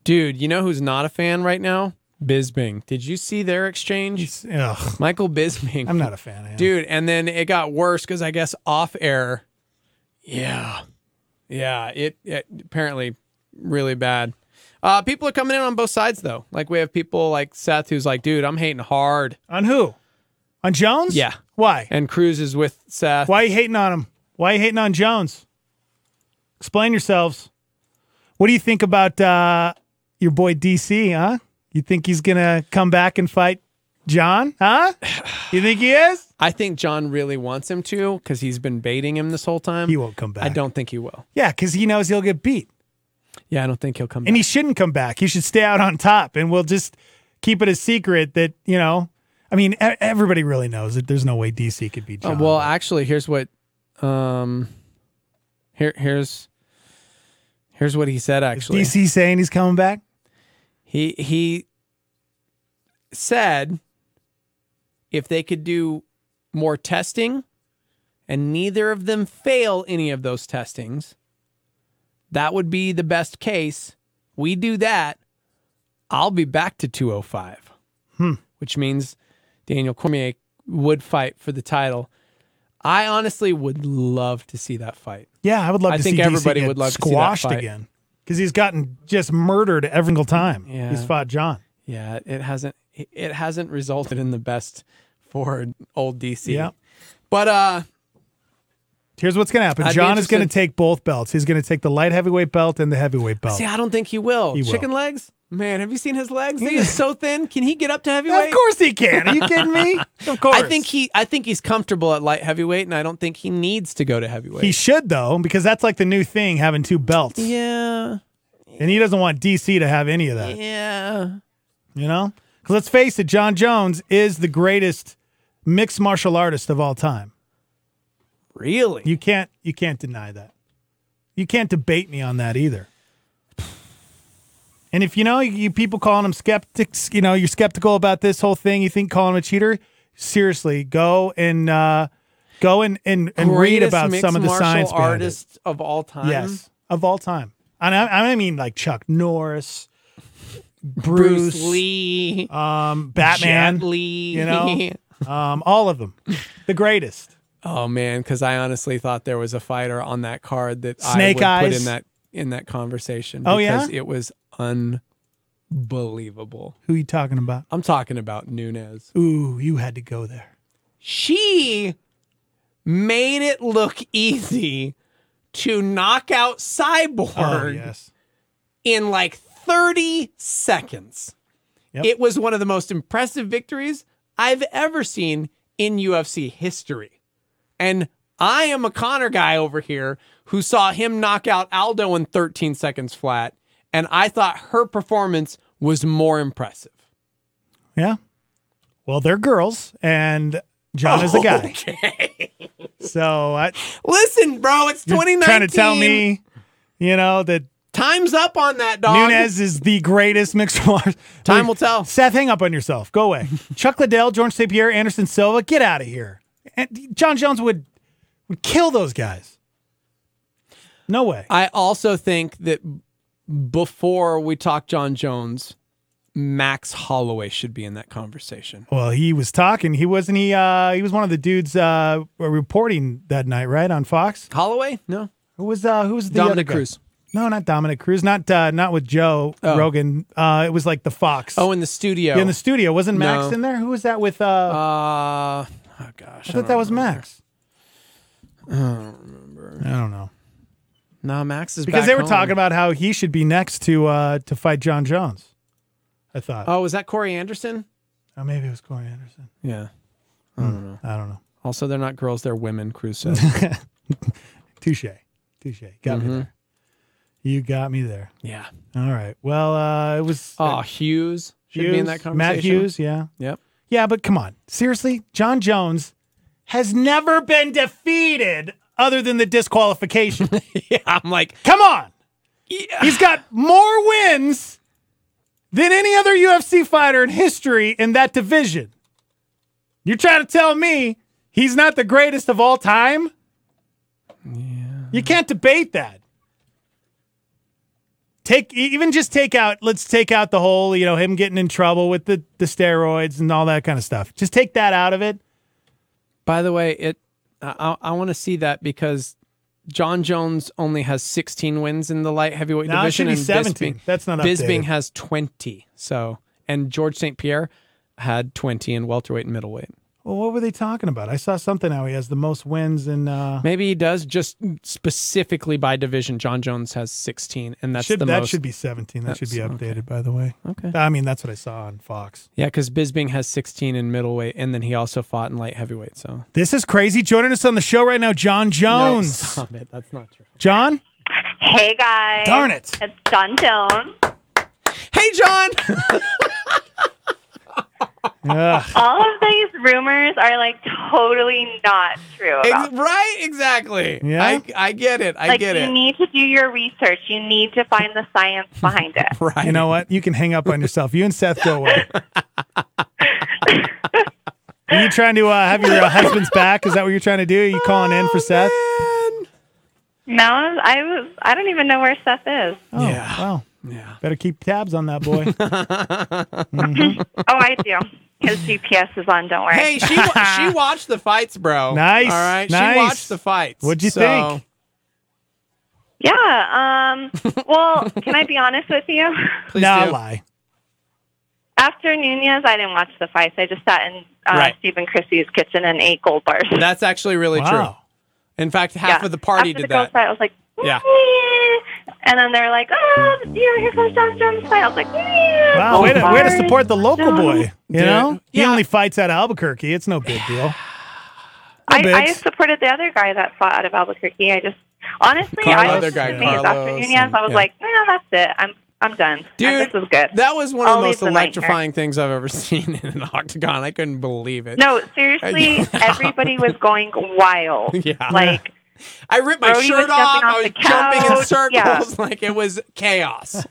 [SPEAKER 6] Dude, you know who's not a fan right now? Bisbing. Did you see their exchange?
[SPEAKER 5] Ugh,
[SPEAKER 6] Michael Bisbing.
[SPEAKER 5] I'm not a fan of him.
[SPEAKER 6] dude. And then it got worse because I guess off air. Yeah, yeah. It, it apparently really bad. Uh, people are coming in on both sides though. Like we have people like Seth who's like, dude, I'm hating hard,
[SPEAKER 5] On who? On Jones?
[SPEAKER 6] Yeah.
[SPEAKER 5] Why?
[SPEAKER 6] and Cruz is with Seth.
[SPEAKER 5] Why are you hating on him? Why are you hating on Jones? Explain yourselves. What do you think about uh, your boy DC, huh? You think he's going to come back and fight John, huh? You think he is?
[SPEAKER 6] I think John really wants him to because he's been baiting him this whole time.
[SPEAKER 5] He won't come back.
[SPEAKER 6] I don't think he will.
[SPEAKER 5] Yeah, because he knows he'll get beat.
[SPEAKER 6] Yeah, I don't think he'll come.
[SPEAKER 5] And
[SPEAKER 6] back.
[SPEAKER 5] he shouldn't come back. He should stay out on top. And we'll just keep it a secret that, you know, I mean, e- everybody really knows that there's no way DC could beat
[SPEAKER 6] Uh,
[SPEAKER 5] John.
[SPEAKER 6] well, actually, here's what Um, here here's here's what he said. Actually,
[SPEAKER 5] DC saying he's coming back.
[SPEAKER 6] he he said if they could do more testing and neither of them fail any of those testings that would be the best case we do that i'll be back to 205 which means daniel cormier would fight for the title i honestly would love to see that fight
[SPEAKER 5] Yeah, I would love
[SPEAKER 6] I
[SPEAKER 5] to
[SPEAKER 6] think
[SPEAKER 5] see DC
[SPEAKER 6] everybody
[SPEAKER 5] get
[SPEAKER 6] would love to see that
[SPEAKER 5] squashed
[SPEAKER 6] fight.
[SPEAKER 5] again because he's gotten just murdered every single time
[SPEAKER 6] Yeah.
[SPEAKER 5] he's fought John.
[SPEAKER 6] Yeah, it hasn't it hasn't resulted in the best for old DC.
[SPEAKER 5] Yeah.
[SPEAKER 6] But uh
[SPEAKER 5] Here's what's going to happen.
[SPEAKER 6] I'd be
[SPEAKER 5] John is going to
[SPEAKER 6] interested-
[SPEAKER 5] take both belts. He's going to take the light heavyweight belt and the heavyweight belt.
[SPEAKER 6] see I don't think he will.
[SPEAKER 5] He will.
[SPEAKER 6] Chicken legs? Man, have you seen his legs? He is so thin. Can he get up to heavyweight?
[SPEAKER 5] of course he can. Are you kidding me? Of course.
[SPEAKER 6] I think he I think he's comfortable at light heavyweight and I don't think he needs to go to heavyweight.
[SPEAKER 5] he should though because that's like the new thing having two belts.
[SPEAKER 6] yeah.
[SPEAKER 5] And he doesn't want DC to have any of that,
[SPEAKER 6] Yeah.
[SPEAKER 5] you know? Cuz let's face it, John Jones is the greatest mixed martial artist of all time.
[SPEAKER 6] Really?
[SPEAKER 5] You can't you can't deny that. You can't debate me on that either. And if you know you people calling him skeptics, you know you're skeptical about this whole thing. You think calling him a cheater? Seriously, go and uh, go and and, and read
[SPEAKER 6] Greatest
[SPEAKER 5] about
[SPEAKER 6] mixed
[SPEAKER 5] some of the
[SPEAKER 6] martial
[SPEAKER 5] science behind it.
[SPEAKER 6] artists of all time.
[SPEAKER 5] Yes, of all time. And I, I mean like Chuck Norris,
[SPEAKER 6] Bruce,
[SPEAKER 5] Bruce,
[SPEAKER 6] Lee,
[SPEAKER 5] um, Batman,
[SPEAKER 6] Jet Li.
[SPEAKER 5] you know, um, all of them, the greatest.
[SPEAKER 6] Oh man, because I honestly thought there was a fighter on that card that
[SPEAKER 5] Snake
[SPEAKER 6] I would put
[SPEAKER 5] Eyes?
[SPEAKER 6] in that in that conversation.
[SPEAKER 5] Oh, yeah?
[SPEAKER 6] because it was unbelievable.
[SPEAKER 5] Who you talking about?
[SPEAKER 6] I'm talking about Nunez.
[SPEAKER 5] Ooh, you had to go there.
[SPEAKER 6] She made it look easy to knock out Cyborg
[SPEAKER 5] Oh yes.
[SPEAKER 6] in like 30 seconds.
[SPEAKER 5] Yep.
[SPEAKER 6] It was one of the most impressive victories I've ever seen in UFC history. And I am a Connor guy over here who saw him knock out Aldo in 13 seconds flat. And I thought her performance was more impressive.
[SPEAKER 5] Yeah. Well, they're girls, and John is a guy. So I
[SPEAKER 6] Listen, bro, it's 2019.
[SPEAKER 5] trying to tell me, you know, that
[SPEAKER 6] Time's up on that, dog.
[SPEAKER 5] Nunez is the greatest mixed martial.
[SPEAKER 6] Uh, Time will tell.
[SPEAKER 5] Seth, hang up on yourself. Go away. Chuck Liddell, George St. Pierre, Anderson Silva, get out of here. And John Jones would would kill those guys. No way.
[SPEAKER 6] I also think that before we talk John Jones, Max Holloway should be in that conversation.
[SPEAKER 5] Well, he was talking. He wasn't. He uh, he was one of the dudes uh, reporting that night, right on Fox.
[SPEAKER 6] Holloway? No.
[SPEAKER 5] Who was uh, who was the other
[SPEAKER 6] Dominic
[SPEAKER 5] guy?
[SPEAKER 6] Cruz.
[SPEAKER 5] No, not Dominic Cruz. Not uh, not with Joe Rogan. Uh, it was like the Fox.
[SPEAKER 6] Oh, in the studio.
[SPEAKER 5] Yeah, in the studio. Wasn't Max
[SPEAKER 6] No.
[SPEAKER 5] in there? Who was that with? Uh,
[SPEAKER 6] uh, oh gosh.
[SPEAKER 5] I thought that was Max. I don't remember. I don't know
[SPEAKER 6] No, Max is
[SPEAKER 5] because
[SPEAKER 6] back
[SPEAKER 5] they were
[SPEAKER 6] home.
[SPEAKER 5] talking about how he should be next to uh, to fight John Jones. I thought. Oh,
[SPEAKER 6] Oh, was that Corey Anderson?
[SPEAKER 5] maybe it was Corey Anderson.
[SPEAKER 6] Yeah.
[SPEAKER 5] I don't know.
[SPEAKER 6] Also, they're not girls; they're women. Cruz said.
[SPEAKER 5] Touche. Touche. Got
[SPEAKER 6] Mm-hmm.
[SPEAKER 5] me there. You got me there.
[SPEAKER 6] yeah.
[SPEAKER 5] All right. Well, uh, it was
[SPEAKER 6] Oh, Hughes should be in
[SPEAKER 5] Hughes,
[SPEAKER 6] that conversation.
[SPEAKER 5] Matt Hughes. Yeah.
[SPEAKER 6] Yep.
[SPEAKER 5] Yeah, but come on. Seriously, John Jones has never been defeated other than the disqualification.
[SPEAKER 6] yeah, I'm like,
[SPEAKER 5] come on. He's got more wins than any other UFC fighter in history in that division. You're trying to tell me he's not the greatest of all time? You can't debate that. Take e- even just take out. Let's take out the whole, you know, him getting in trouble with the the steroids and all that kind of stuff. Just take that out of it.
[SPEAKER 6] by the way, it. I, I, I want to see that because John Jones only has 16 wins in the light heavyweight
[SPEAKER 5] Now it should
[SPEAKER 6] division,
[SPEAKER 5] be
[SPEAKER 6] and
[SPEAKER 5] 17.
[SPEAKER 6] Bisping,
[SPEAKER 5] That's not updated.
[SPEAKER 6] Bisping has 20. So, and George St. Pierre had 20 in welterweight and middleweight.
[SPEAKER 5] Well, what were they talking about? I saw something how he has the most wins in. Uh,
[SPEAKER 6] Maybe he does just specifically by division. John Jones has 16, and that's
[SPEAKER 5] should,
[SPEAKER 6] the
[SPEAKER 5] that
[SPEAKER 6] most.
[SPEAKER 5] should be 17. That should be
[SPEAKER 6] That's-
[SPEAKER 5] updated, by the way.
[SPEAKER 6] Okay.
[SPEAKER 5] I mean, that's what I saw on Fox.
[SPEAKER 6] Yeah, because Bisbing has 16 in middleweight, and then he also fought in light heavyweight. So
[SPEAKER 5] This is crazy. Joining us on the show right now, John Jones.
[SPEAKER 6] stop it. That's not true.
[SPEAKER 5] John?
[SPEAKER 8] Hey guys.
[SPEAKER 5] Darn it.
[SPEAKER 8] It's John Jones.
[SPEAKER 6] Hey, John.
[SPEAKER 8] All of these rumors are like totally not true.
[SPEAKER 6] Ex-
[SPEAKER 8] About
[SPEAKER 6] right? Exactly.
[SPEAKER 5] Yeah?
[SPEAKER 6] I, I get it. I
[SPEAKER 8] like
[SPEAKER 6] get
[SPEAKER 8] you
[SPEAKER 6] it.
[SPEAKER 8] need to do your research. You need to find the science behind it.
[SPEAKER 6] right.
[SPEAKER 5] You know what? You can hang up on yourself. You and Seth go away. Are you trying to uh, have your uh, husband's back? Is that what you're trying to do? Are you calling
[SPEAKER 6] Oh,
[SPEAKER 5] in for Seth?
[SPEAKER 8] No, I was. I don't even know where Seth is.
[SPEAKER 5] Oh,
[SPEAKER 6] Yeah.
[SPEAKER 5] Wow.
[SPEAKER 6] Yeah.
[SPEAKER 5] Better keep tabs on that boy.
[SPEAKER 8] Oh, I do. His GPS is on. Don't worry.
[SPEAKER 6] Hey, she wa- she watched the fights, bro.
[SPEAKER 5] Nice,
[SPEAKER 6] All right.
[SPEAKER 5] nice.
[SPEAKER 6] She watched the fights.
[SPEAKER 5] What'd you
[SPEAKER 6] So-
[SPEAKER 5] think?
[SPEAKER 8] Yeah. Um. Well, can I be honest with you?
[SPEAKER 6] Please
[SPEAKER 5] nah,
[SPEAKER 6] do.
[SPEAKER 5] lie.
[SPEAKER 8] After Nunez, I didn't watch the fights. I just sat in uh,
[SPEAKER 6] Right.
[SPEAKER 8] Stephen Christie's kitchen and ate gold bars.
[SPEAKER 6] That's actually really
[SPEAKER 5] Wow.
[SPEAKER 6] true. In fact, half
[SPEAKER 8] Yeah.
[SPEAKER 6] of the party
[SPEAKER 8] After
[SPEAKER 6] did
[SPEAKER 8] the girls'
[SPEAKER 6] that.
[SPEAKER 8] Fight, I was like,
[SPEAKER 6] Yeah.
[SPEAKER 8] "Meh." And then they're like, oh, you know, here comes John Jones' fight. I was like, "Meh,
[SPEAKER 5] Wow. Way to,
[SPEAKER 8] gold
[SPEAKER 5] way to
[SPEAKER 8] bars."
[SPEAKER 5] support the local
[SPEAKER 8] No.
[SPEAKER 5] boy. You
[SPEAKER 6] Dude.
[SPEAKER 5] know? He
[SPEAKER 6] Yeah.
[SPEAKER 5] only fights out of Albuquerque. It's no big deal.
[SPEAKER 8] I,
[SPEAKER 5] No
[SPEAKER 8] I
[SPEAKER 5] bigs.
[SPEAKER 8] supported the other guy that fought out of Albuquerque. I just honestly,
[SPEAKER 6] Carlos,
[SPEAKER 8] I was
[SPEAKER 6] other guy,
[SPEAKER 8] amazed after
[SPEAKER 6] Carlos,
[SPEAKER 8] Nunez.
[SPEAKER 6] and-
[SPEAKER 8] I was
[SPEAKER 6] yeah.
[SPEAKER 8] like, no, that's it. I'm I'm done.
[SPEAKER 6] Dude,
[SPEAKER 8] this is good.
[SPEAKER 6] That was one of
[SPEAKER 8] I'll
[SPEAKER 6] the most
[SPEAKER 8] leave the night here.
[SPEAKER 6] electrifying things I've ever seen in an octagon. I couldn't believe it.
[SPEAKER 8] no, seriously, everybody was going wild.
[SPEAKER 6] Yeah.
[SPEAKER 8] Like,
[SPEAKER 6] I ripped my
[SPEAKER 8] Brody was
[SPEAKER 6] shirt off.
[SPEAKER 8] jumping off
[SPEAKER 6] I was
[SPEAKER 8] the
[SPEAKER 6] jumping in
[SPEAKER 8] couch.
[SPEAKER 6] circles.
[SPEAKER 8] Yeah.
[SPEAKER 6] Like it was chaos.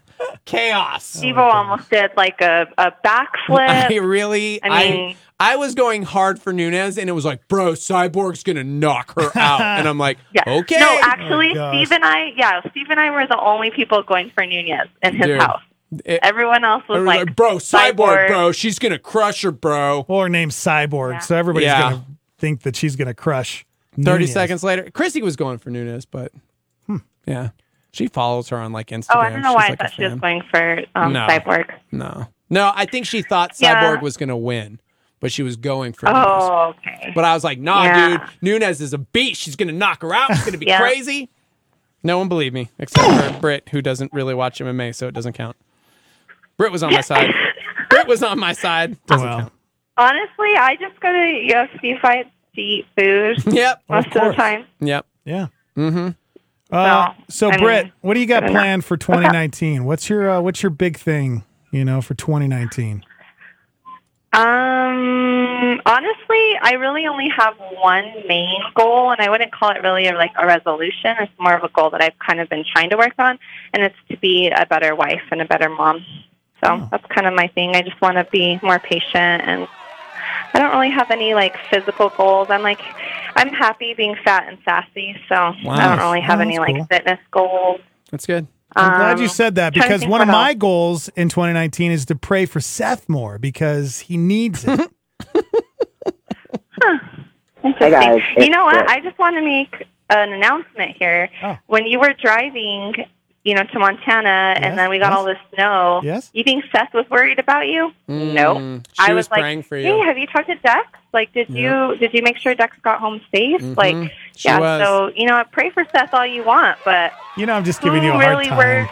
[SPEAKER 6] chaos.
[SPEAKER 8] Steve almost did like a, a backflip.
[SPEAKER 6] Oh I really,
[SPEAKER 8] I
[SPEAKER 6] I,
[SPEAKER 8] mean-
[SPEAKER 6] I, was going hard for Nunez, and it was like, bro, Cyborg's gonna knock her out, and I'm like,
[SPEAKER 8] Yeah.
[SPEAKER 6] okay, Oh
[SPEAKER 8] No, actually,
[SPEAKER 5] gosh.
[SPEAKER 8] Steve and I, yeah, Steve and I were the only people going for Nunez in his
[SPEAKER 6] Dude.
[SPEAKER 8] house.
[SPEAKER 6] It-
[SPEAKER 8] Everyone else
[SPEAKER 6] I
[SPEAKER 8] was
[SPEAKER 6] was
[SPEAKER 8] like,
[SPEAKER 6] like, Eh. bro, cyborg, bro, she's gonna crush her, bro.
[SPEAKER 5] Or named Cyborg.
[SPEAKER 8] Yeah.
[SPEAKER 5] So everybody's
[SPEAKER 6] Yeah.
[SPEAKER 5] going to think that she's going to crush.
[SPEAKER 6] Thirty
[SPEAKER 5] Nunez.
[SPEAKER 6] seconds later, Chrissy was going for Nunez, but yeah, she follows her on like Instagram.
[SPEAKER 8] Oh, I don't know
[SPEAKER 6] She's
[SPEAKER 8] why I
[SPEAKER 6] like a
[SPEAKER 8] thought she was
[SPEAKER 6] fan.
[SPEAKER 8] going for um,
[SPEAKER 6] No.
[SPEAKER 8] Cyborg.
[SPEAKER 6] No, no, I think she thought cyborg
[SPEAKER 8] Yeah.
[SPEAKER 6] was gonna win, but she was going for Nunez.
[SPEAKER 8] Oh, okay.
[SPEAKER 6] But I was like, nah,
[SPEAKER 8] Yeah.
[SPEAKER 6] dude, Nunez is a beast. She's gonna knock her out. It's gonna be
[SPEAKER 8] Yeah.
[SPEAKER 6] crazy. No one believed me except for Britt, who doesn't really watch MMA, so it doesn't count. Britt was on my side. Britt was on my side. Doesn't
[SPEAKER 5] Well,
[SPEAKER 6] count.
[SPEAKER 8] Honestly, I just go to UFC fights to eat food
[SPEAKER 6] Yep.
[SPEAKER 8] most of, the
[SPEAKER 5] course.
[SPEAKER 8] time.
[SPEAKER 6] Yep.
[SPEAKER 5] yeah.
[SPEAKER 6] Mm-hmm.
[SPEAKER 8] So,
[SPEAKER 5] Uh, so,
[SPEAKER 8] I
[SPEAKER 5] Britt,
[SPEAKER 8] mean,
[SPEAKER 5] what do you got
[SPEAKER 8] good
[SPEAKER 5] planned for 2019? What's your uh, what's your big thing? You know, for 2019.
[SPEAKER 8] um, honestly, I really only have one main goal, and I wouldn't call it really a, like a resolution. It's more of a goal that I've kind of been trying to work on, and it's to be a better wife and a better mom. So
[SPEAKER 5] Oh.
[SPEAKER 8] that's kind of my thing. I just want to be more patient and. I don't really have any like physical goals. I'm like, I'm happy being fat and sassy, so I don't really have
[SPEAKER 5] Oh,
[SPEAKER 8] any
[SPEAKER 5] that's
[SPEAKER 8] like
[SPEAKER 5] cool.
[SPEAKER 8] fitness goals.
[SPEAKER 6] That's good.
[SPEAKER 5] I'm glad
[SPEAKER 8] Um,
[SPEAKER 5] you said that
[SPEAKER 8] trying to
[SPEAKER 5] because
[SPEAKER 8] think
[SPEAKER 5] one of
[SPEAKER 8] what
[SPEAKER 5] my
[SPEAKER 8] else.
[SPEAKER 5] goals in 2019 is to pray for Seth more because he needs it.
[SPEAKER 8] Interesting.
[SPEAKER 9] guys,
[SPEAKER 8] you
[SPEAKER 9] it's
[SPEAKER 8] know what?
[SPEAKER 9] Brett.
[SPEAKER 8] I just want to make an announcement here.
[SPEAKER 5] Oh.
[SPEAKER 8] When you were driving, you know, to Montana,
[SPEAKER 5] Yes,
[SPEAKER 8] and then we got
[SPEAKER 5] yes.
[SPEAKER 8] all this snow.
[SPEAKER 5] Yes.
[SPEAKER 8] You think Seth was worried about you? no.
[SPEAKER 6] Hmm, She
[SPEAKER 8] I
[SPEAKER 6] was
[SPEAKER 8] was, like,
[SPEAKER 6] praying for
[SPEAKER 8] Hey,
[SPEAKER 6] you.
[SPEAKER 8] have you talked to Dex? Like, did you did you make sure Dex got home safe? Like,
[SPEAKER 6] Mm-hmm. She
[SPEAKER 8] yeah.
[SPEAKER 6] was.
[SPEAKER 8] So you know, pray for Seth all you want, but
[SPEAKER 5] You know, I'm just giving
[SPEAKER 8] who
[SPEAKER 5] you a hard
[SPEAKER 8] really
[SPEAKER 5] time.
[SPEAKER 8] works?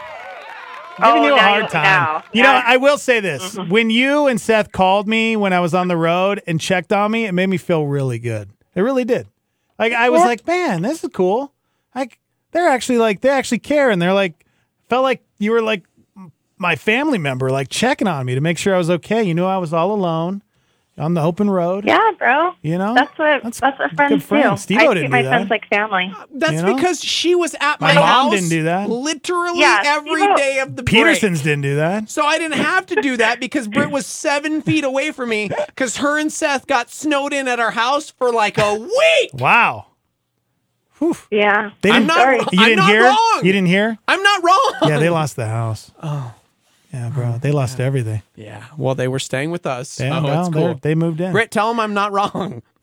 [SPEAKER 5] giving
[SPEAKER 8] Oh,
[SPEAKER 5] you a
[SPEAKER 8] now
[SPEAKER 5] hard
[SPEAKER 8] you-
[SPEAKER 5] time.
[SPEAKER 8] now.
[SPEAKER 5] you
[SPEAKER 8] Now-
[SPEAKER 5] know, I will say this: when you and Seth called me when I was on the road and checked on me, it made me feel really good. It really did. Like I was like, man, this is cool. Like they're actually like they actually care, and they're like felt like you were like my family member, like checking on me to make sure I was okay. You knew I was all alone on the open road.
[SPEAKER 8] Yeah, bro.
[SPEAKER 5] You know,
[SPEAKER 8] That's what
[SPEAKER 5] That's
[SPEAKER 8] that's, what
[SPEAKER 5] good
[SPEAKER 8] friends
[SPEAKER 5] friends.
[SPEAKER 8] do.
[SPEAKER 5] Steve-O
[SPEAKER 8] I treat
[SPEAKER 5] didn't
[SPEAKER 8] my
[SPEAKER 5] do that.
[SPEAKER 8] friends like family.
[SPEAKER 6] That's
[SPEAKER 5] You know?
[SPEAKER 6] because she was at
[SPEAKER 5] My
[SPEAKER 6] my,
[SPEAKER 5] mom
[SPEAKER 6] house.
[SPEAKER 5] didn't do that.
[SPEAKER 6] Literally
[SPEAKER 8] Yeah,
[SPEAKER 6] every
[SPEAKER 8] she wrote-
[SPEAKER 6] day of the break.
[SPEAKER 5] Petersons didn't do that.
[SPEAKER 6] So I didn't have to do that because Britt was seven feet away from me because her and Seth got snowed in at our house for like a week.
[SPEAKER 5] Wow,
[SPEAKER 8] Yeah.
[SPEAKER 5] they
[SPEAKER 6] I'm
[SPEAKER 5] didn't.
[SPEAKER 6] not wrong.
[SPEAKER 5] You
[SPEAKER 6] I'm
[SPEAKER 5] didn't
[SPEAKER 6] not
[SPEAKER 5] hear?
[SPEAKER 6] wrong.
[SPEAKER 5] You didn't hear?
[SPEAKER 6] I'm not wrong.
[SPEAKER 5] Yeah, they lost the house. Oh, yeah, bro, they lost everything.
[SPEAKER 6] Yeah. Well, they were staying with us.
[SPEAKER 5] Yeah,
[SPEAKER 6] oh,
[SPEAKER 5] no,
[SPEAKER 6] it's
[SPEAKER 5] they're-
[SPEAKER 6] cool.
[SPEAKER 5] They moved in.
[SPEAKER 6] Britt, tell them I'm not wrong.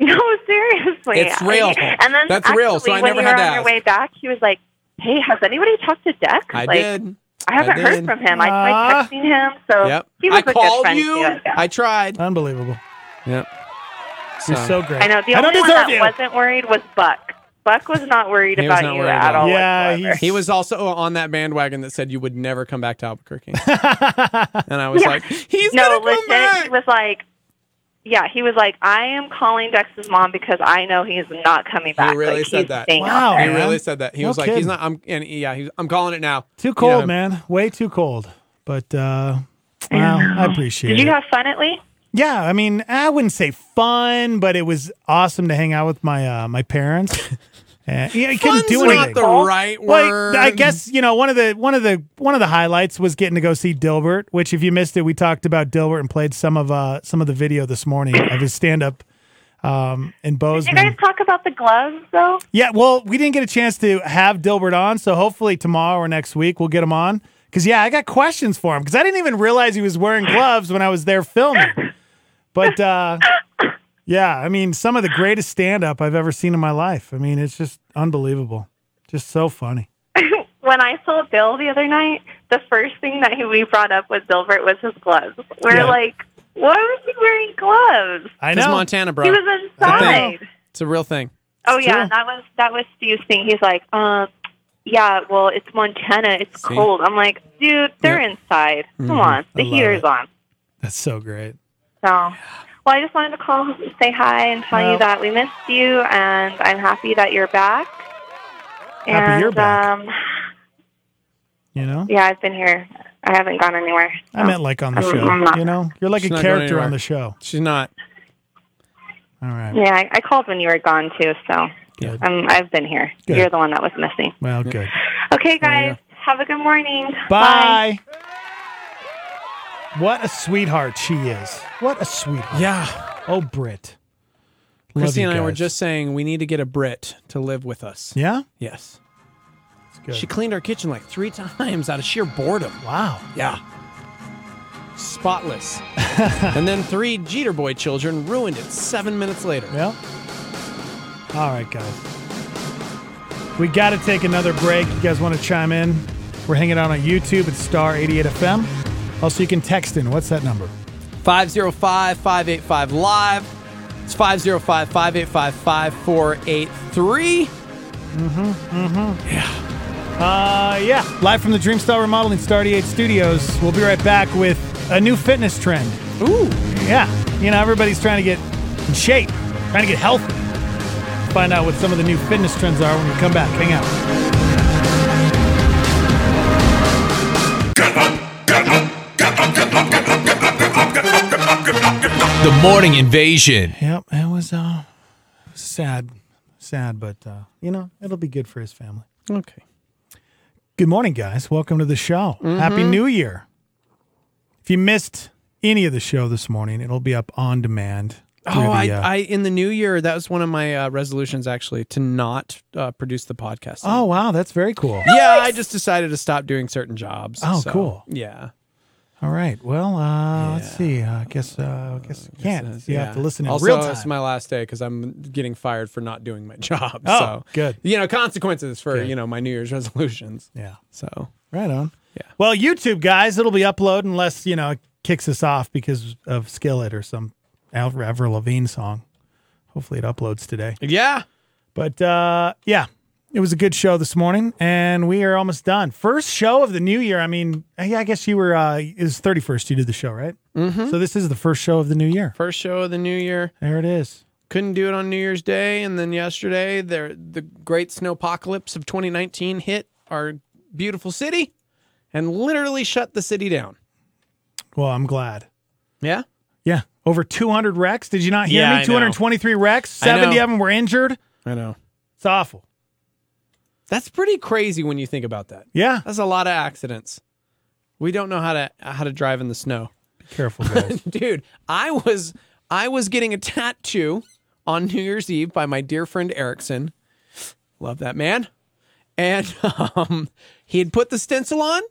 [SPEAKER 8] No, seriously.
[SPEAKER 6] It's real.
[SPEAKER 8] And then
[SPEAKER 6] That's
[SPEAKER 8] actually,
[SPEAKER 6] real, so I
[SPEAKER 8] when
[SPEAKER 6] never
[SPEAKER 8] you
[SPEAKER 6] had
[SPEAKER 8] were
[SPEAKER 6] to
[SPEAKER 8] on your
[SPEAKER 6] ask.
[SPEAKER 8] way back, he was like, "Hey, has anybody talked to Dex?
[SPEAKER 6] I
[SPEAKER 8] like,
[SPEAKER 6] did.
[SPEAKER 8] I haven't
[SPEAKER 6] I did.
[SPEAKER 8] heard from him. I
[SPEAKER 5] Ah.
[SPEAKER 8] tried texting him, so
[SPEAKER 6] Yep.
[SPEAKER 8] he was
[SPEAKER 6] I
[SPEAKER 8] a good
[SPEAKER 6] called
[SPEAKER 8] friend.
[SPEAKER 6] you.
[SPEAKER 8] too, yeah.
[SPEAKER 6] I tried.
[SPEAKER 5] Uh, Unbelievable.
[SPEAKER 6] Yep.
[SPEAKER 5] You're so great.
[SPEAKER 8] I know the
[SPEAKER 5] I don't
[SPEAKER 8] only one
[SPEAKER 5] deserve
[SPEAKER 8] that
[SPEAKER 5] you.
[SPEAKER 8] wasn't worried was Buck. Buck was not worried
[SPEAKER 6] He was
[SPEAKER 8] about
[SPEAKER 6] not
[SPEAKER 8] you
[SPEAKER 6] worried
[SPEAKER 8] at
[SPEAKER 6] at all.
[SPEAKER 8] all.
[SPEAKER 5] Yeah,
[SPEAKER 8] whatsoever.
[SPEAKER 6] He was also on that bandwagon that said you would never come back to Albuquerque. and I was like, he's
[SPEAKER 8] no,
[SPEAKER 6] gonna come
[SPEAKER 8] legit. He
[SPEAKER 6] back.
[SPEAKER 8] was like, yeah, he was like, I am calling Dex's mom because I know he's not coming back.
[SPEAKER 6] really
[SPEAKER 8] Like,
[SPEAKER 6] said
[SPEAKER 8] he's
[SPEAKER 6] that.
[SPEAKER 8] staying out
[SPEAKER 5] Wow.
[SPEAKER 6] He
[SPEAKER 5] man.
[SPEAKER 6] really said that. He
[SPEAKER 5] No
[SPEAKER 6] was like, he's
[SPEAKER 5] kidding.
[SPEAKER 6] not. I'm and yeah, he's, I'm calling it now.
[SPEAKER 5] Too cold,
[SPEAKER 6] Yeah.
[SPEAKER 5] man. Way too cold. But uh well, I appreciate
[SPEAKER 8] Did you
[SPEAKER 5] it.
[SPEAKER 8] have fun at least?
[SPEAKER 5] Yeah, I mean, I wouldn't say fun, but it was awesome to hang out with my uh, my parents. And, yeah, I couldn't
[SPEAKER 6] Fun's
[SPEAKER 5] do
[SPEAKER 6] not
[SPEAKER 5] anything.
[SPEAKER 6] the right word.
[SPEAKER 5] Well, I guess you know one of the one of the one of the highlights was getting to go see Dilbert. Which, if you missed it, we talked about Dilbert and played some of uh some of the video this morning of his stand up um in
[SPEAKER 8] Did you guys
[SPEAKER 5] Bozeman.
[SPEAKER 8] talk about the gloves though?
[SPEAKER 5] Yeah, well, we didn't get a chance to have Dilbert on, so hopefully tomorrow or next week we'll get him on. Because yeah, I got questions for him because I didn't even realize he was wearing gloves when I was there filming. But uh yeah, I mean, some of the greatest stand up I've ever seen in my life. I mean, it's just unbelievable, just so funny.
[SPEAKER 8] when I saw Bill the other night, the first thing that he, we brought up with Dilbert was his gloves. We're
[SPEAKER 5] Yeah.
[SPEAKER 8] like, why was he wearing gloves?
[SPEAKER 5] I
[SPEAKER 6] It's
[SPEAKER 5] know.
[SPEAKER 6] Montana, bro.
[SPEAKER 8] He was
[SPEAKER 6] thing.
[SPEAKER 8] inside.
[SPEAKER 6] it's a real thing.
[SPEAKER 8] Oh yeah,
[SPEAKER 5] true.
[SPEAKER 8] that was that was Steve's thing. He's like, um, yeah, well, it's Montana, it's
[SPEAKER 6] See?
[SPEAKER 8] cold. I'm like, dude, they're inside. Come on,
[SPEAKER 5] Mm-hmm. I
[SPEAKER 8] the
[SPEAKER 5] love
[SPEAKER 8] heater's
[SPEAKER 5] it.
[SPEAKER 8] on.
[SPEAKER 5] That's so great.
[SPEAKER 8] So, well, I just wanted to call, and say hi, and tell
[SPEAKER 5] Well-
[SPEAKER 8] you that we missed you, and I'm happy that you're back.
[SPEAKER 5] Happy you're
[SPEAKER 8] And,
[SPEAKER 5] back.
[SPEAKER 8] Um,
[SPEAKER 5] You know,
[SPEAKER 8] yeah, I've been here. I haven't gone anywhere.
[SPEAKER 5] I meant like on the
[SPEAKER 8] I'm-
[SPEAKER 5] show.
[SPEAKER 8] I'm not-
[SPEAKER 5] You know, you're like
[SPEAKER 6] She's
[SPEAKER 5] a
[SPEAKER 6] not going
[SPEAKER 5] character on
[SPEAKER 6] anywhere.
[SPEAKER 5] the show.
[SPEAKER 6] She's not.
[SPEAKER 5] All right.
[SPEAKER 8] Yeah, I, I called when you were gone too, so
[SPEAKER 5] Good.
[SPEAKER 8] um, I've been here.
[SPEAKER 5] Good.
[SPEAKER 8] You're the one that was missing.
[SPEAKER 5] Well, good.
[SPEAKER 8] Okay, guys, have a good morning.
[SPEAKER 5] Bye. What a sweetheart she is. What a sweetheart.
[SPEAKER 6] Yeah.
[SPEAKER 5] Oh, Brit. Love
[SPEAKER 6] Christy
[SPEAKER 5] you
[SPEAKER 6] and I were
[SPEAKER 5] guys.
[SPEAKER 6] just saying we need to get a Brit to live with us.
[SPEAKER 5] Yeah.
[SPEAKER 6] Yes.
[SPEAKER 5] good.
[SPEAKER 6] She cleaned our kitchen like three times out of sheer boredom.
[SPEAKER 5] Wow.
[SPEAKER 6] Yeah. Spotless. and then three Jeter Boy children ruined it seven minutes later.
[SPEAKER 5] Yeah. All right, guys. We got to take another break. You guys want to chime in? We're hanging out on YouTube at Star 88 FM. Also, you can text in. What's that number?
[SPEAKER 6] 505 585 Live. It's 505 585 5483.
[SPEAKER 5] Uh, yeah. Live from the Dreamstar Remodeling Star 88 Studios. We'll be right back with a new fitness trend.
[SPEAKER 6] Ooh.
[SPEAKER 5] Yeah. You know, everybody's trying to get in shape, trying to get healthy. Find out what some of the new fitness trends are when we come back. Hang out.
[SPEAKER 1] The morning invasion.
[SPEAKER 5] Yep, it was uh, sad, sad, but uh, you know it'll be good for his family.
[SPEAKER 6] Okay.
[SPEAKER 5] Good morning, guys. Welcome to the show.
[SPEAKER 6] Mm-hmm.
[SPEAKER 5] Happy New Year. If you missed any of the show this morning, it'll be up on demand.
[SPEAKER 6] Oh,
[SPEAKER 5] through the,
[SPEAKER 6] I,
[SPEAKER 5] uh,
[SPEAKER 6] I in the new year that was one of my uh, resolutions actually to not uh, produce the podcast.
[SPEAKER 5] oh wow, that's very cool.
[SPEAKER 6] yeah, I just decided to stop doing certain jobs.
[SPEAKER 5] Oh,
[SPEAKER 6] so,
[SPEAKER 5] cool.
[SPEAKER 6] Yeah, All
[SPEAKER 5] All right, well, uh, let's
[SPEAKER 6] Yeah.
[SPEAKER 5] see. Uh, I guess uh, I guess you can't.
[SPEAKER 6] right.
[SPEAKER 5] you have to listen in
[SPEAKER 6] also,
[SPEAKER 5] real time.
[SPEAKER 6] it's my last day because I'm getting fired for not doing my job.
[SPEAKER 5] Oh,
[SPEAKER 6] so
[SPEAKER 5] good.
[SPEAKER 6] You know, consequences for
[SPEAKER 5] Good.
[SPEAKER 6] you know my New Year's resolutions.
[SPEAKER 5] yeah,
[SPEAKER 6] So
[SPEAKER 5] right on.
[SPEAKER 6] Yeah.
[SPEAKER 5] Well, YouTube guys, it'll be upload unless you know it kicks us off because of Skillet or some Av- Avril Lavigne song. Hopefully, it uploads today.
[SPEAKER 6] yeah,
[SPEAKER 5] But uh, yeah, it was a good show this morning, and we are almost done. First show of the new year. I mean, I I guess you were uh, it was thirty first. You did the show, right? Mm-hmm. So this is the first show of the new year.
[SPEAKER 6] first show of the new year.
[SPEAKER 5] There it is.
[SPEAKER 6] Couldn't do it on New Year's Day, and then yesterday, there the great snowpocalypse of 2019 hit our beautiful city, and literally shut the city down.
[SPEAKER 5] Well, I'm glad.
[SPEAKER 6] Yeah.
[SPEAKER 5] Yeah, over two hundred wrecks. Did you not hear
[SPEAKER 6] Yeah, I
[SPEAKER 5] me?
[SPEAKER 6] know.
[SPEAKER 5] Two hundred twenty three wrecks.
[SPEAKER 6] I know.
[SPEAKER 5] Seventy of them were injured.
[SPEAKER 6] I know.
[SPEAKER 5] It's awful.
[SPEAKER 6] That's pretty crazy when you think about that.
[SPEAKER 5] Yeah,
[SPEAKER 6] That's a lot of accidents. We don't know how to how to drive in the snow.
[SPEAKER 5] be careful, guys.
[SPEAKER 6] Dude, I was I was getting a tattoo on New Year's Eve by my dear friend Erickson. Love that man. And um, he had put the stencil on.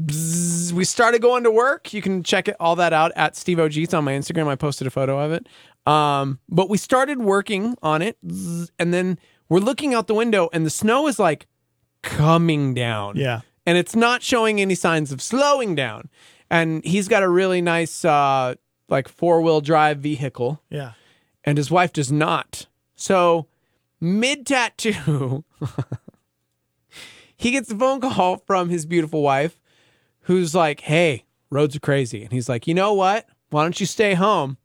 [SPEAKER 6] Bzzz. we started going to work. You can check it, all that out at Steve O'Geets on my Instagram. I posted a photo of it. Um, but we started working on it, Bzzz. and then we're looking out the window, and the snow is like coming down
[SPEAKER 5] yeah.
[SPEAKER 6] and it's not showing any signs of slowing down. And he's got a really nice, uh, like four wheel drive vehicle,
[SPEAKER 5] Yeah.
[SPEAKER 6] and his wife does not. So, mid tattoo, he gets a phone call from his beautiful wife, who's like, "Hey, roads are crazy," and he's like, "You know what? Why don't you stay home?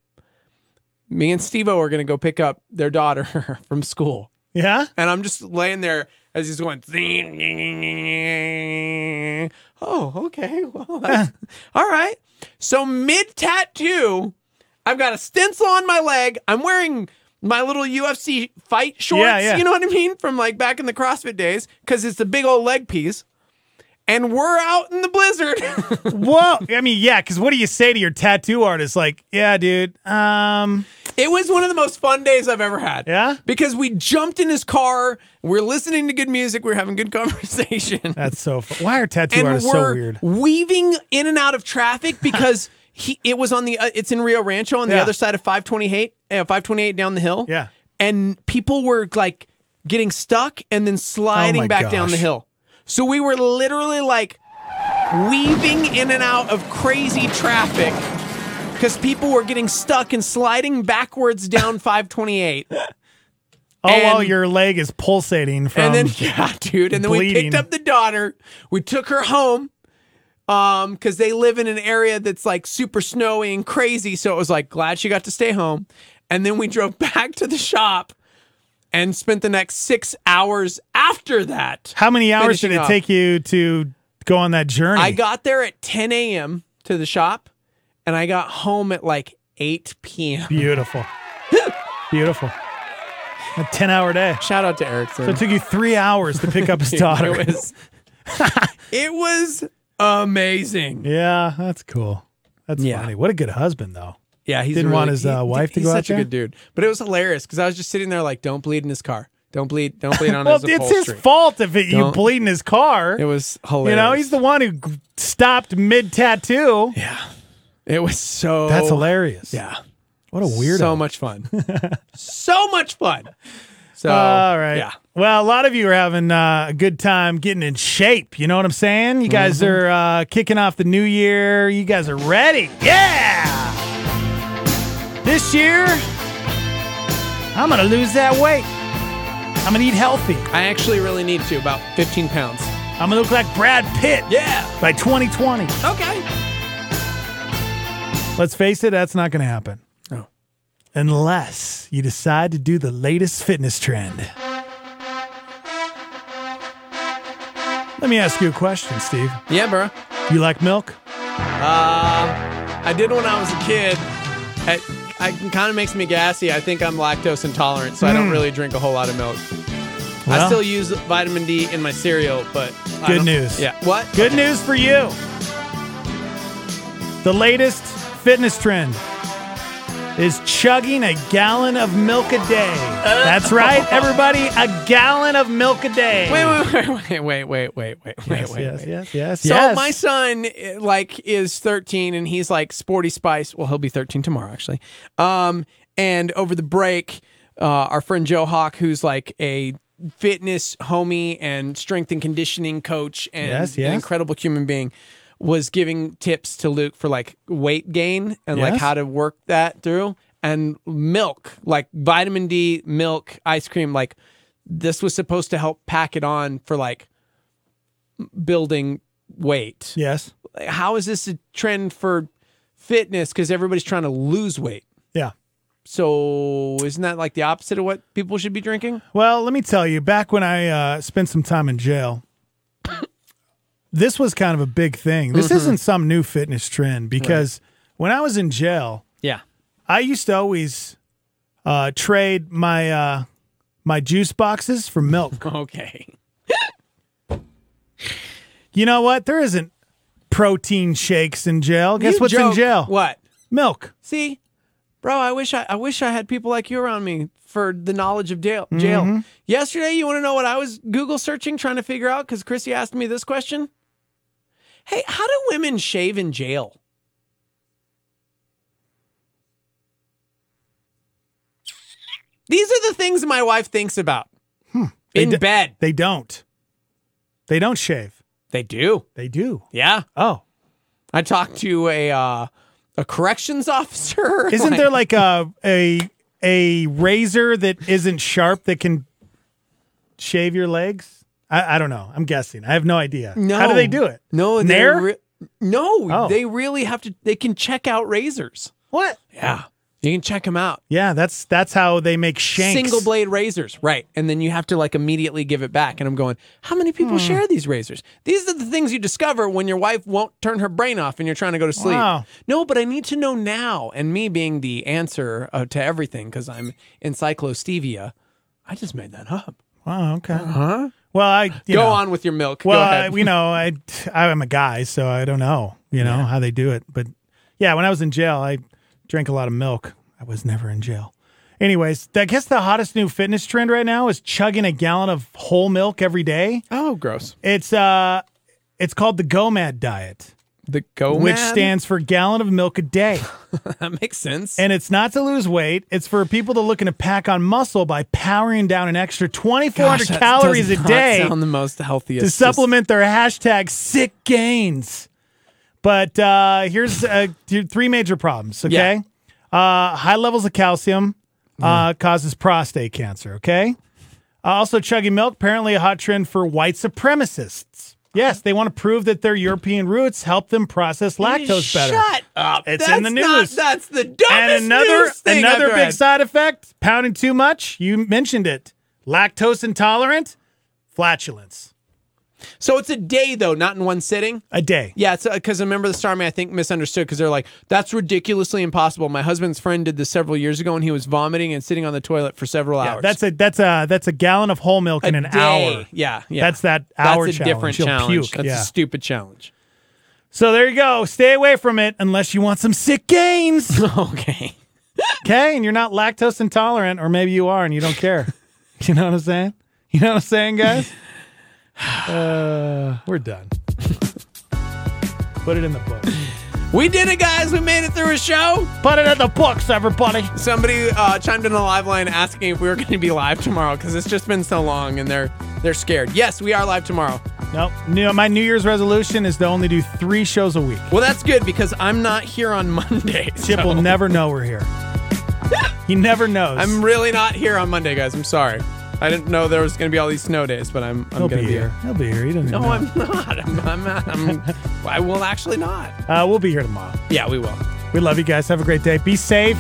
[SPEAKER 6] Me and Steve-O are gonna go pick up their daughter from school."
[SPEAKER 5] Yeah.
[SPEAKER 6] And I'm just laying there as he's going. "Zing, zing, zing, zing." Oh, okay. Well, that's, all right. So mid tattoo, I've got a stencil on my leg. I'm wearing my little UFC fight shorts.
[SPEAKER 5] Yeah, yeah.
[SPEAKER 6] You know what I mean? From like back in the CrossFit days, because it's a big old leg piece. And we're out in the blizzard.
[SPEAKER 5] Well, I mean, yeah, because what do you say to your tattoo artist? Like, yeah, dude, um,
[SPEAKER 6] It was one of the most fun days I've ever had.
[SPEAKER 5] Yeah?
[SPEAKER 6] Because we jumped in his car, we're listening to good music, we're having good conversation.
[SPEAKER 5] that's so. Fu- Why are tattoo
[SPEAKER 6] and we're
[SPEAKER 5] artists so weird?
[SPEAKER 6] weaving in and out of traffic because he it was on the uh, it's in Rio Rancho on the
[SPEAKER 5] Yeah.
[SPEAKER 6] other side of 528 uh, 528 down the hill.
[SPEAKER 5] Yeah.
[SPEAKER 6] And people were like getting stuck and then sliding
[SPEAKER 5] my
[SPEAKER 6] back down
[SPEAKER 5] gosh.
[SPEAKER 6] the hill. So we were literally like weaving in and out of crazy traffic because people were getting stuck and sliding backwards down 528.
[SPEAKER 5] Oh, well,
[SPEAKER 6] and-
[SPEAKER 5] your leg is pulsating from.
[SPEAKER 6] and then yeah, dude. And then we picked
[SPEAKER 5] bleeding.
[SPEAKER 6] up the daughter. We took her home. Um, because they live in an area that's like super snowy and crazy. So it was like glad she got to stay home. And then we drove back to the shop and spent the next six hours after that.
[SPEAKER 5] how many hours did
[SPEAKER 6] finishing
[SPEAKER 5] it
[SPEAKER 6] off.
[SPEAKER 5] take you to go on that journey?
[SPEAKER 6] I got there at 10 a.m. to the shop and I got home at like 8 p.m.
[SPEAKER 5] beautiful, beautiful. A ten-hour day.
[SPEAKER 6] Shout out to Erickson.
[SPEAKER 5] So it took you three hours to pick up his daughter.
[SPEAKER 6] It was, it was amazing.
[SPEAKER 5] yeah, that's cool. That's
[SPEAKER 6] Yeah.
[SPEAKER 5] funny. What a good husband, though.
[SPEAKER 6] Yeah, he's
[SPEAKER 5] Didn't
[SPEAKER 6] a
[SPEAKER 5] want
[SPEAKER 6] really-
[SPEAKER 5] his, uh, wife to
[SPEAKER 6] he's
[SPEAKER 5] go out
[SPEAKER 6] such a
[SPEAKER 5] there?
[SPEAKER 6] good dude. But it was hilarious because I was just sitting there like, don't bleed in his car. Don't bleed. Don't bleed on
[SPEAKER 5] Well,
[SPEAKER 6] his
[SPEAKER 5] it's his
[SPEAKER 6] upholstery."
[SPEAKER 5] fault if it, you
[SPEAKER 6] Don't-
[SPEAKER 5] bleed in his car.
[SPEAKER 6] It was
[SPEAKER 5] you
[SPEAKER 6] hilarious.
[SPEAKER 5] know, he's the one who g- stopped mid tattoo.
[SPEAKER 6] It was so.
[SPEAKER 5] That's hilarious.
[SPEAKER 6] Oh, Yeah.
[SPEAKER 5] What a weirdo.
[SPEAKER 6] So much fun. so much fun. So
[SPEAKER 5] All right.
[SPEAKER 6] Yeah.
[SPEAKER 5] Well, a lot of you are having uh, a good time getting in shape. You know what I'm saying? You guys are uh, kicking off the new year. You guys are ready. Yeah. This year, I'm going to lose that weight. I'm going to eat healthy.
[SPEAKER 6] I actually really need to about 15 pounds.
[SPEAKER 5] I'm going to look like Brad Pitt
[SPEAKER 6] Yeah.
[SPEAKER 5] by 2020.
[SPEAKER 6] Okay.
[SPEAKER 5] Let's face it, that's not going to happen.
[SPEAKER 6] No.
[SPEAKER 5] Unless you decide to do the latest fitness trend. Let me ask you a question, Steve.
[SPEAKER 6] Yeah, bro.
[SPEAKER 5] You like milk?
[SPEAKER 6] Uh, I did when I was a kid. It, it kind of makes me gassy. I think I'm lactose intolerant, so I
[SPEAKER 5] Hmm.
[SPEAKER 6] don't really drink a whole lot of milk. I
[SPEAKER 5] Well.
[SPEAKER 6] still use vitamin D in my cereal, but I
[SPEAKER 5] Good
[SPEAKER 6] don't-
[SPEAKER 5] news.
[SPEAKER 6] Yeah. What?
[SPEAKER 5] Good news for you. The latest fitness trend is chugging a gallon of milk a day. That's right, everybody, a gallon of milk a day.
[SPEAKER 6] Wait, wait, wait, wait, wait, wait, wait, wait,
[SPEAKER 5] Yes,
[SPEAKER 6] wait,
[SPEAKER 5] yes,
[SPEAKER 6] wait.
[SPEAKER 5] yes, yes,
[SPEAKER 6] So
[SPEAKER 5] yes.
[SPEAKER 6] my son eh, like is 13 and he's like sporty spice. Well, he'll be 13 tomorrow actually. Um and over the break, uh our friend Joe Hawk who's like a fitness homie and strength and conditioning coach and
[SPEAKER 5] Yes,
[SPEAKER 6] an
[SPEAKER 5] yes.
[SPEAKER 6] incredible human being was giving tips to Luke for like weight gain and like
[SPEAKER 5] Yes.
[SPEAKER 6] how to work that through and milk, like vitamin D, milk, ice cream like this was supposed to help pack it on for like building weight.
[SPEAKER 5] yes.
[SPEAKER 6] How is this a trend for fitness? Because everybody's trying to lose weight.
[SPEAKER 5] Yeah.
[SPEAKER 6] So isn't that like the opposite of what people should be drinking?
[SPEAKER 5] Well, let me tell you, back when I uh, spent some time in jail, this was kind of a big thing. This isn't some new fitness trend because when I was in jail,
[SPEAKER 6] Yeah.
[SPEAKER 5] I used to always uh, trade my uh, my juice boxes for milk.
[SPEAKER 6] Okay.
[SPEAKER 5] you know what? There isn't protein shakes in jail. Guess what's in jail?
[SPEAKER 6] What?
[SPEAKER 5] Milk.
[SPEAKER 6] See, bro, I wish I, I wish I had people like you around me for the knowledge of jail. Jail.
[SPEAKER 5] Mm-hmm.
[SPEAKER 6] Yesterday, you want to know what I was Google searching trying to figure out because Chrissy asked me this question. Hey, how do women shave in jail? These are the things my wife thinks about in
[SPEAKER 5] d-
[SPEAKER 6] bed.
[SPEAKER 5] Hmm. They don't. They don't shave.
[SPEAKER 6] They do.
[SPEAKER 5] They do.
[SPEAKER 6] Yeah.
[SPEAKER 5] Oh,
[SPEAKER 6] I talked to a uh, a corrections officer.
[SPEAKER 5] isn't there like a a a razor that isn't sharp that can shave your legs? I, I don't know. I'm guessing. I have no idea.
[SPEAKER 6] No.
[SPEAKER 5] How do they do it?
[SPEAKER 6] No, they
[SPEAKER 5] Nair?
[SPEAKER 6] re- no,
[SPEAKER 5] Oh.
[SPEAKER 6] they really have to. They can check out razors.
[SPEAKER 5] what?
[SPEAKER 6] Yeah, You can check them out.
[SPEAKER 5] Yeah, that's that's how they make shanks.
[SPEAKER 6] Single blade razors, right? And then you have to like immediately give it back. And I'm going, how many people
[SPEAKER 5] Hmm.
[SPEAKER 6] share these razors? These are the things you discover when your wife won't turn her brain off and you're trying to go to sleep.
[SPEAKER 5] Wow.
[SPEAKER 6] No, but I need to know now. And me being the answer uh, to everything because I'm encyclostevia, I just made that up.
[SPEAKER 5] Wow. Okay. Huh? Well, I you
[SPEAKER 6] go
[SPEAKER 5] know,
[SPEAKER 6] on with your milk.
[SPEAKER 5] Well, uh,
[SPEAKER 6] go ahead.
[SPEAKER 5] I, you know, I I'm a guy, so I don't know, you know, how they do it. But yeah, when I was in jail, I drank a lot of milk. I was never in jail. Anyways, I guess the hottest new fitness trend right now is chugging a gallon of whole milk every day.
[SPEAKER 6] oh, gross.
[SPEAKER 5] It's uh, it's called the GOMAD diet,
[SPEAKER 6] The go
[SPEAKER 5] which
[SPEAKER 6] man?
[SPEAKER 5] stands for gallon of milk a day.
[SPEAKER 6] that makes sense.
[SPEAKER 5] And it's not to lose weight. It's for people that are looking to pack on muscle by powering down an extra
[SPEAKER 6] Gosh,
[SPEAKER 5] 2,400
[SPEAKER 6] that
[SPEAKER 5] calories
[SPEAKER 6] does
[SPEAKER 5] a
[SPEAKER 6] not
[SPEAKER 5] day
[SPEAKER 6] sound the most healthiest.
[SPEAKER 5] to
[SPEAKER 6] Just-
[SPEAKER 5] supplement their hashtag sick gains. But uh, here's uh, th- three major problems, okay? Uh, high levels of calcium uh, causes prostate cancer, okay? Uh, also, chugging milk, apparently a hot trend for white supremacists. Yes, they want to prove that their European roots help them process lactose better.
[SPEAKER 6] Shut up!
[SPEAKER 5] It's
[SPEAKER 6] That's
[SPEAKER 5] in the
[SPEAKER 6] not-
[SPEAKER 5] news.
[SPEAKER 6] that's the dumbest
[SPEAKER 5] and another
[SPEAKER 6] news thing
[SPEAKER 5] another
[SPEAKER 6] I've
[SPEAKER 5] big
[SPEAKER 6] read.
[SPEAKER 5] side effect pounding too much you mentioned it lactose intolerant flatulence
[SPEAKER 6] So it's a day though, not in one sitting.
[SPEAKER 5] a day
[SPEAKER 6] Yeah, it's because I remember the Starman. I think misunderstood because they're like, "That's ridiculously impossible." My husband's friend did this several years ago, and he was vomiting and sitting on the toilet for several hours.
[SPEAKER 5] that's a that's a that's a gallon of whole milk in an
[SPEAKER 6] day.
[SPEAKER 5] hour
[SPEAKER 6] Yeah, yeah.
[SPEAKER 5] That's that
[SPEAKER 6] That's
[SPEAKER 5] hour
[SPEAKER 6] a
[SPEAKER 5] challenge.
[SPEAKER 6] different
[SPEAKER 5] You'll
[SPEAKER 6] challenge.
[SPEAKER 5] puke,
[SPEAKER 6] That's
[SPEAKER 5] yeah.
[SPEAKER 6] a stupid challenge.
[SPEAKER 5] so there you go stay away from it unless you want some sick gains
[SPEAKER 6] okay.
[SPEAKER 5] okay and you're not lactose intolerant or maybe you are and you don't care you know what i'm saying you know what i'm saying guys uh, we're done put it in the book
[SPEAKER 6] We did it, guys. We made it through a show.
[SPEAKER 5] put it in the books everybody
[SPEAKER 6] Somebody uh, chimed in the live line asking if we were going to be live tomorrow because it's just been so long and they're they're scared. Yes, we are live tomorrow.
[SPEAKER 5] Nope. No, my New Year's resolution is to only do three shows a week.
[SPEAKER 6] Well, that's good because I'm not here on Monday.
[SPEAKER 5] Chip
[SPEAKER 6] so-
[SPEAKER 5] will never know we're here. he never knows.
[SPEAKER 6] I'm really not here on Monday, guys. I'm sorry. I didn't know there was going to be all these snow days, but I'm I'm
[SPEAKER 5] He'll
[SPEAKER 6] going
[SPEAKER 5] be
[SPEAKER 6] to be
[SPEAKER 5] here.
[SPEAKER 6] here.
[SPEAKER 5] He'll be here. He doesn't
[SPEAKER 6] No,
[SPEAKER 5] even know.
[SPEAKER 6] I'm not. I'm, I'm, I'm I will actually not.
[SPEAKER 5] Uh, we'll be here tomorrow.
[SPEAKER 6] Yeah, we will.
[SPEAKER 5] We love you guys. Have a great day. Be safe.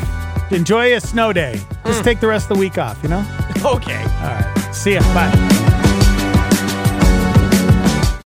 [SPEAKER 5] Enjoy a snow day. Just take the rest of the week off, you know?
[SPEAKER 6] Okay.
[SPEAKER 5] All right. See ya. Bye.